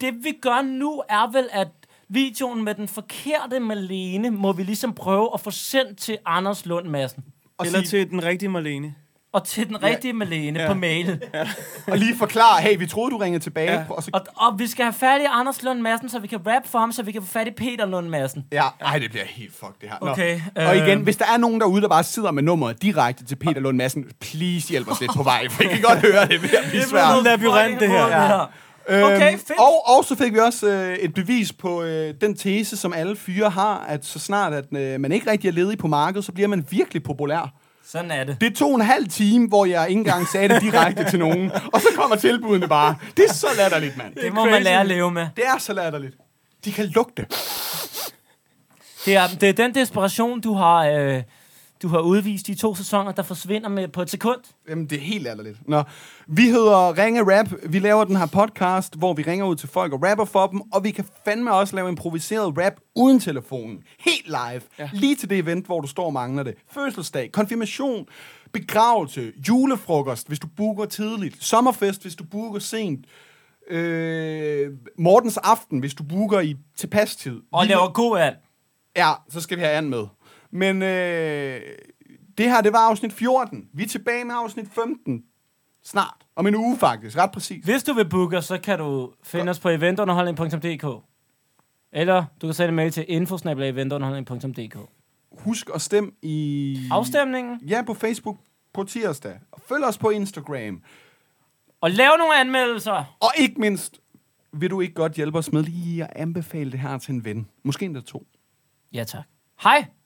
S1: det vi gør nu er vel, at videoen med den forkerte Malene må vi ligesom prøve at få sendt til Anders Lund Madsen.
S3: Eller til den rigtige Marlene.
S1: Og til den rigtige ja. Malene
S3: Ja.
S1: ja. på mailen. Ja.
S2: Og lige forklare, hey, vi troede, du ringede tilbage.
S1: Ja.
S2: Ja. Og så,
S1: Og, og vi skal have fat i Anders Lund Madsen, så vi kan rap for ham, så vi kan få fat i Peter Lund Madsen.
S2: ja, ej, det bliver helt fuck det her. Nå.
S1: Okay,
S2: Og igen,
S1: øh.
S2: hvis der er nogen derude, der bare sidder med nummeret direkte til Peter Lund Madsen, please hjælp os lidt på vej, for jeg kan godt høre det. er ved at
S3: Det
S2: blive
S3: er
S2: svært.
S3: noget labyrint, det her.
S2: Ja.
S1: Okay,
S2: Øhm,
S1: fedt.
S2: Og, og så fik vi også øh, et bevis på øh, den tese, som alle fyre har, at så snart at øh, man ikke rigtig er ledig på markedet, så bliver man virkelig populær.
S1: Sådan er det.
S2: Det er to og en halv time, hvor jeg ikke engang sagde det direkte til nogen, og så kommer tilbudene bare. Det er så latterligt, mand.
S1: Det må man lære at leve med.
S2: Det er så latterligt. De kan lugte.
S1: Det er, det er den desperation, du har, øh, du har udvist i to sæsoner, der forsvinder med på et sekund.
S2: Jamen, det er helt ærligt. Nå, vi hedder Ringe Rap. Vi laver den her podcast, hvor vi ringer ud til folk og rapper for dem, og vi kan fandme også lave improviseret rap uden telefonen. Helt live. Ja. Lige til det event, hvor du står og mangler det. Fødselsdag, konfirmation, begravelse, julefrokost, hvis du booker tidligt, sommerfest, hvis du booker sent, øh, Mortens aften, hvis du booker i tilpas tid.
S1: Og
S2: Lille-
S1: laver god an.
S2: Ja, så skal vi have an med. Men øh, det her, det var afsnit 14. Vi er tilbage med afsnit 15. Snart. Om en uge faktisk, ret præcis.
S1: Hvis du vil booke os, så kan du finde os på eventunderholdning.dk. Eller du kan sende en mail til infosnabelagventeunderholdning.dk.
S2: Husk at stemme i...
S1: Afstemningen?
S2: Ja, på Facebook på tirsdag. Og følg os på Instagram.
S1: Og lav nogle anmeldelser.
S2: Og ikke mindst, vil du ikke godt hjælpe os med lige at anbefale det her til en ven? Måske endda to.
S1: Ja, tak. Hej!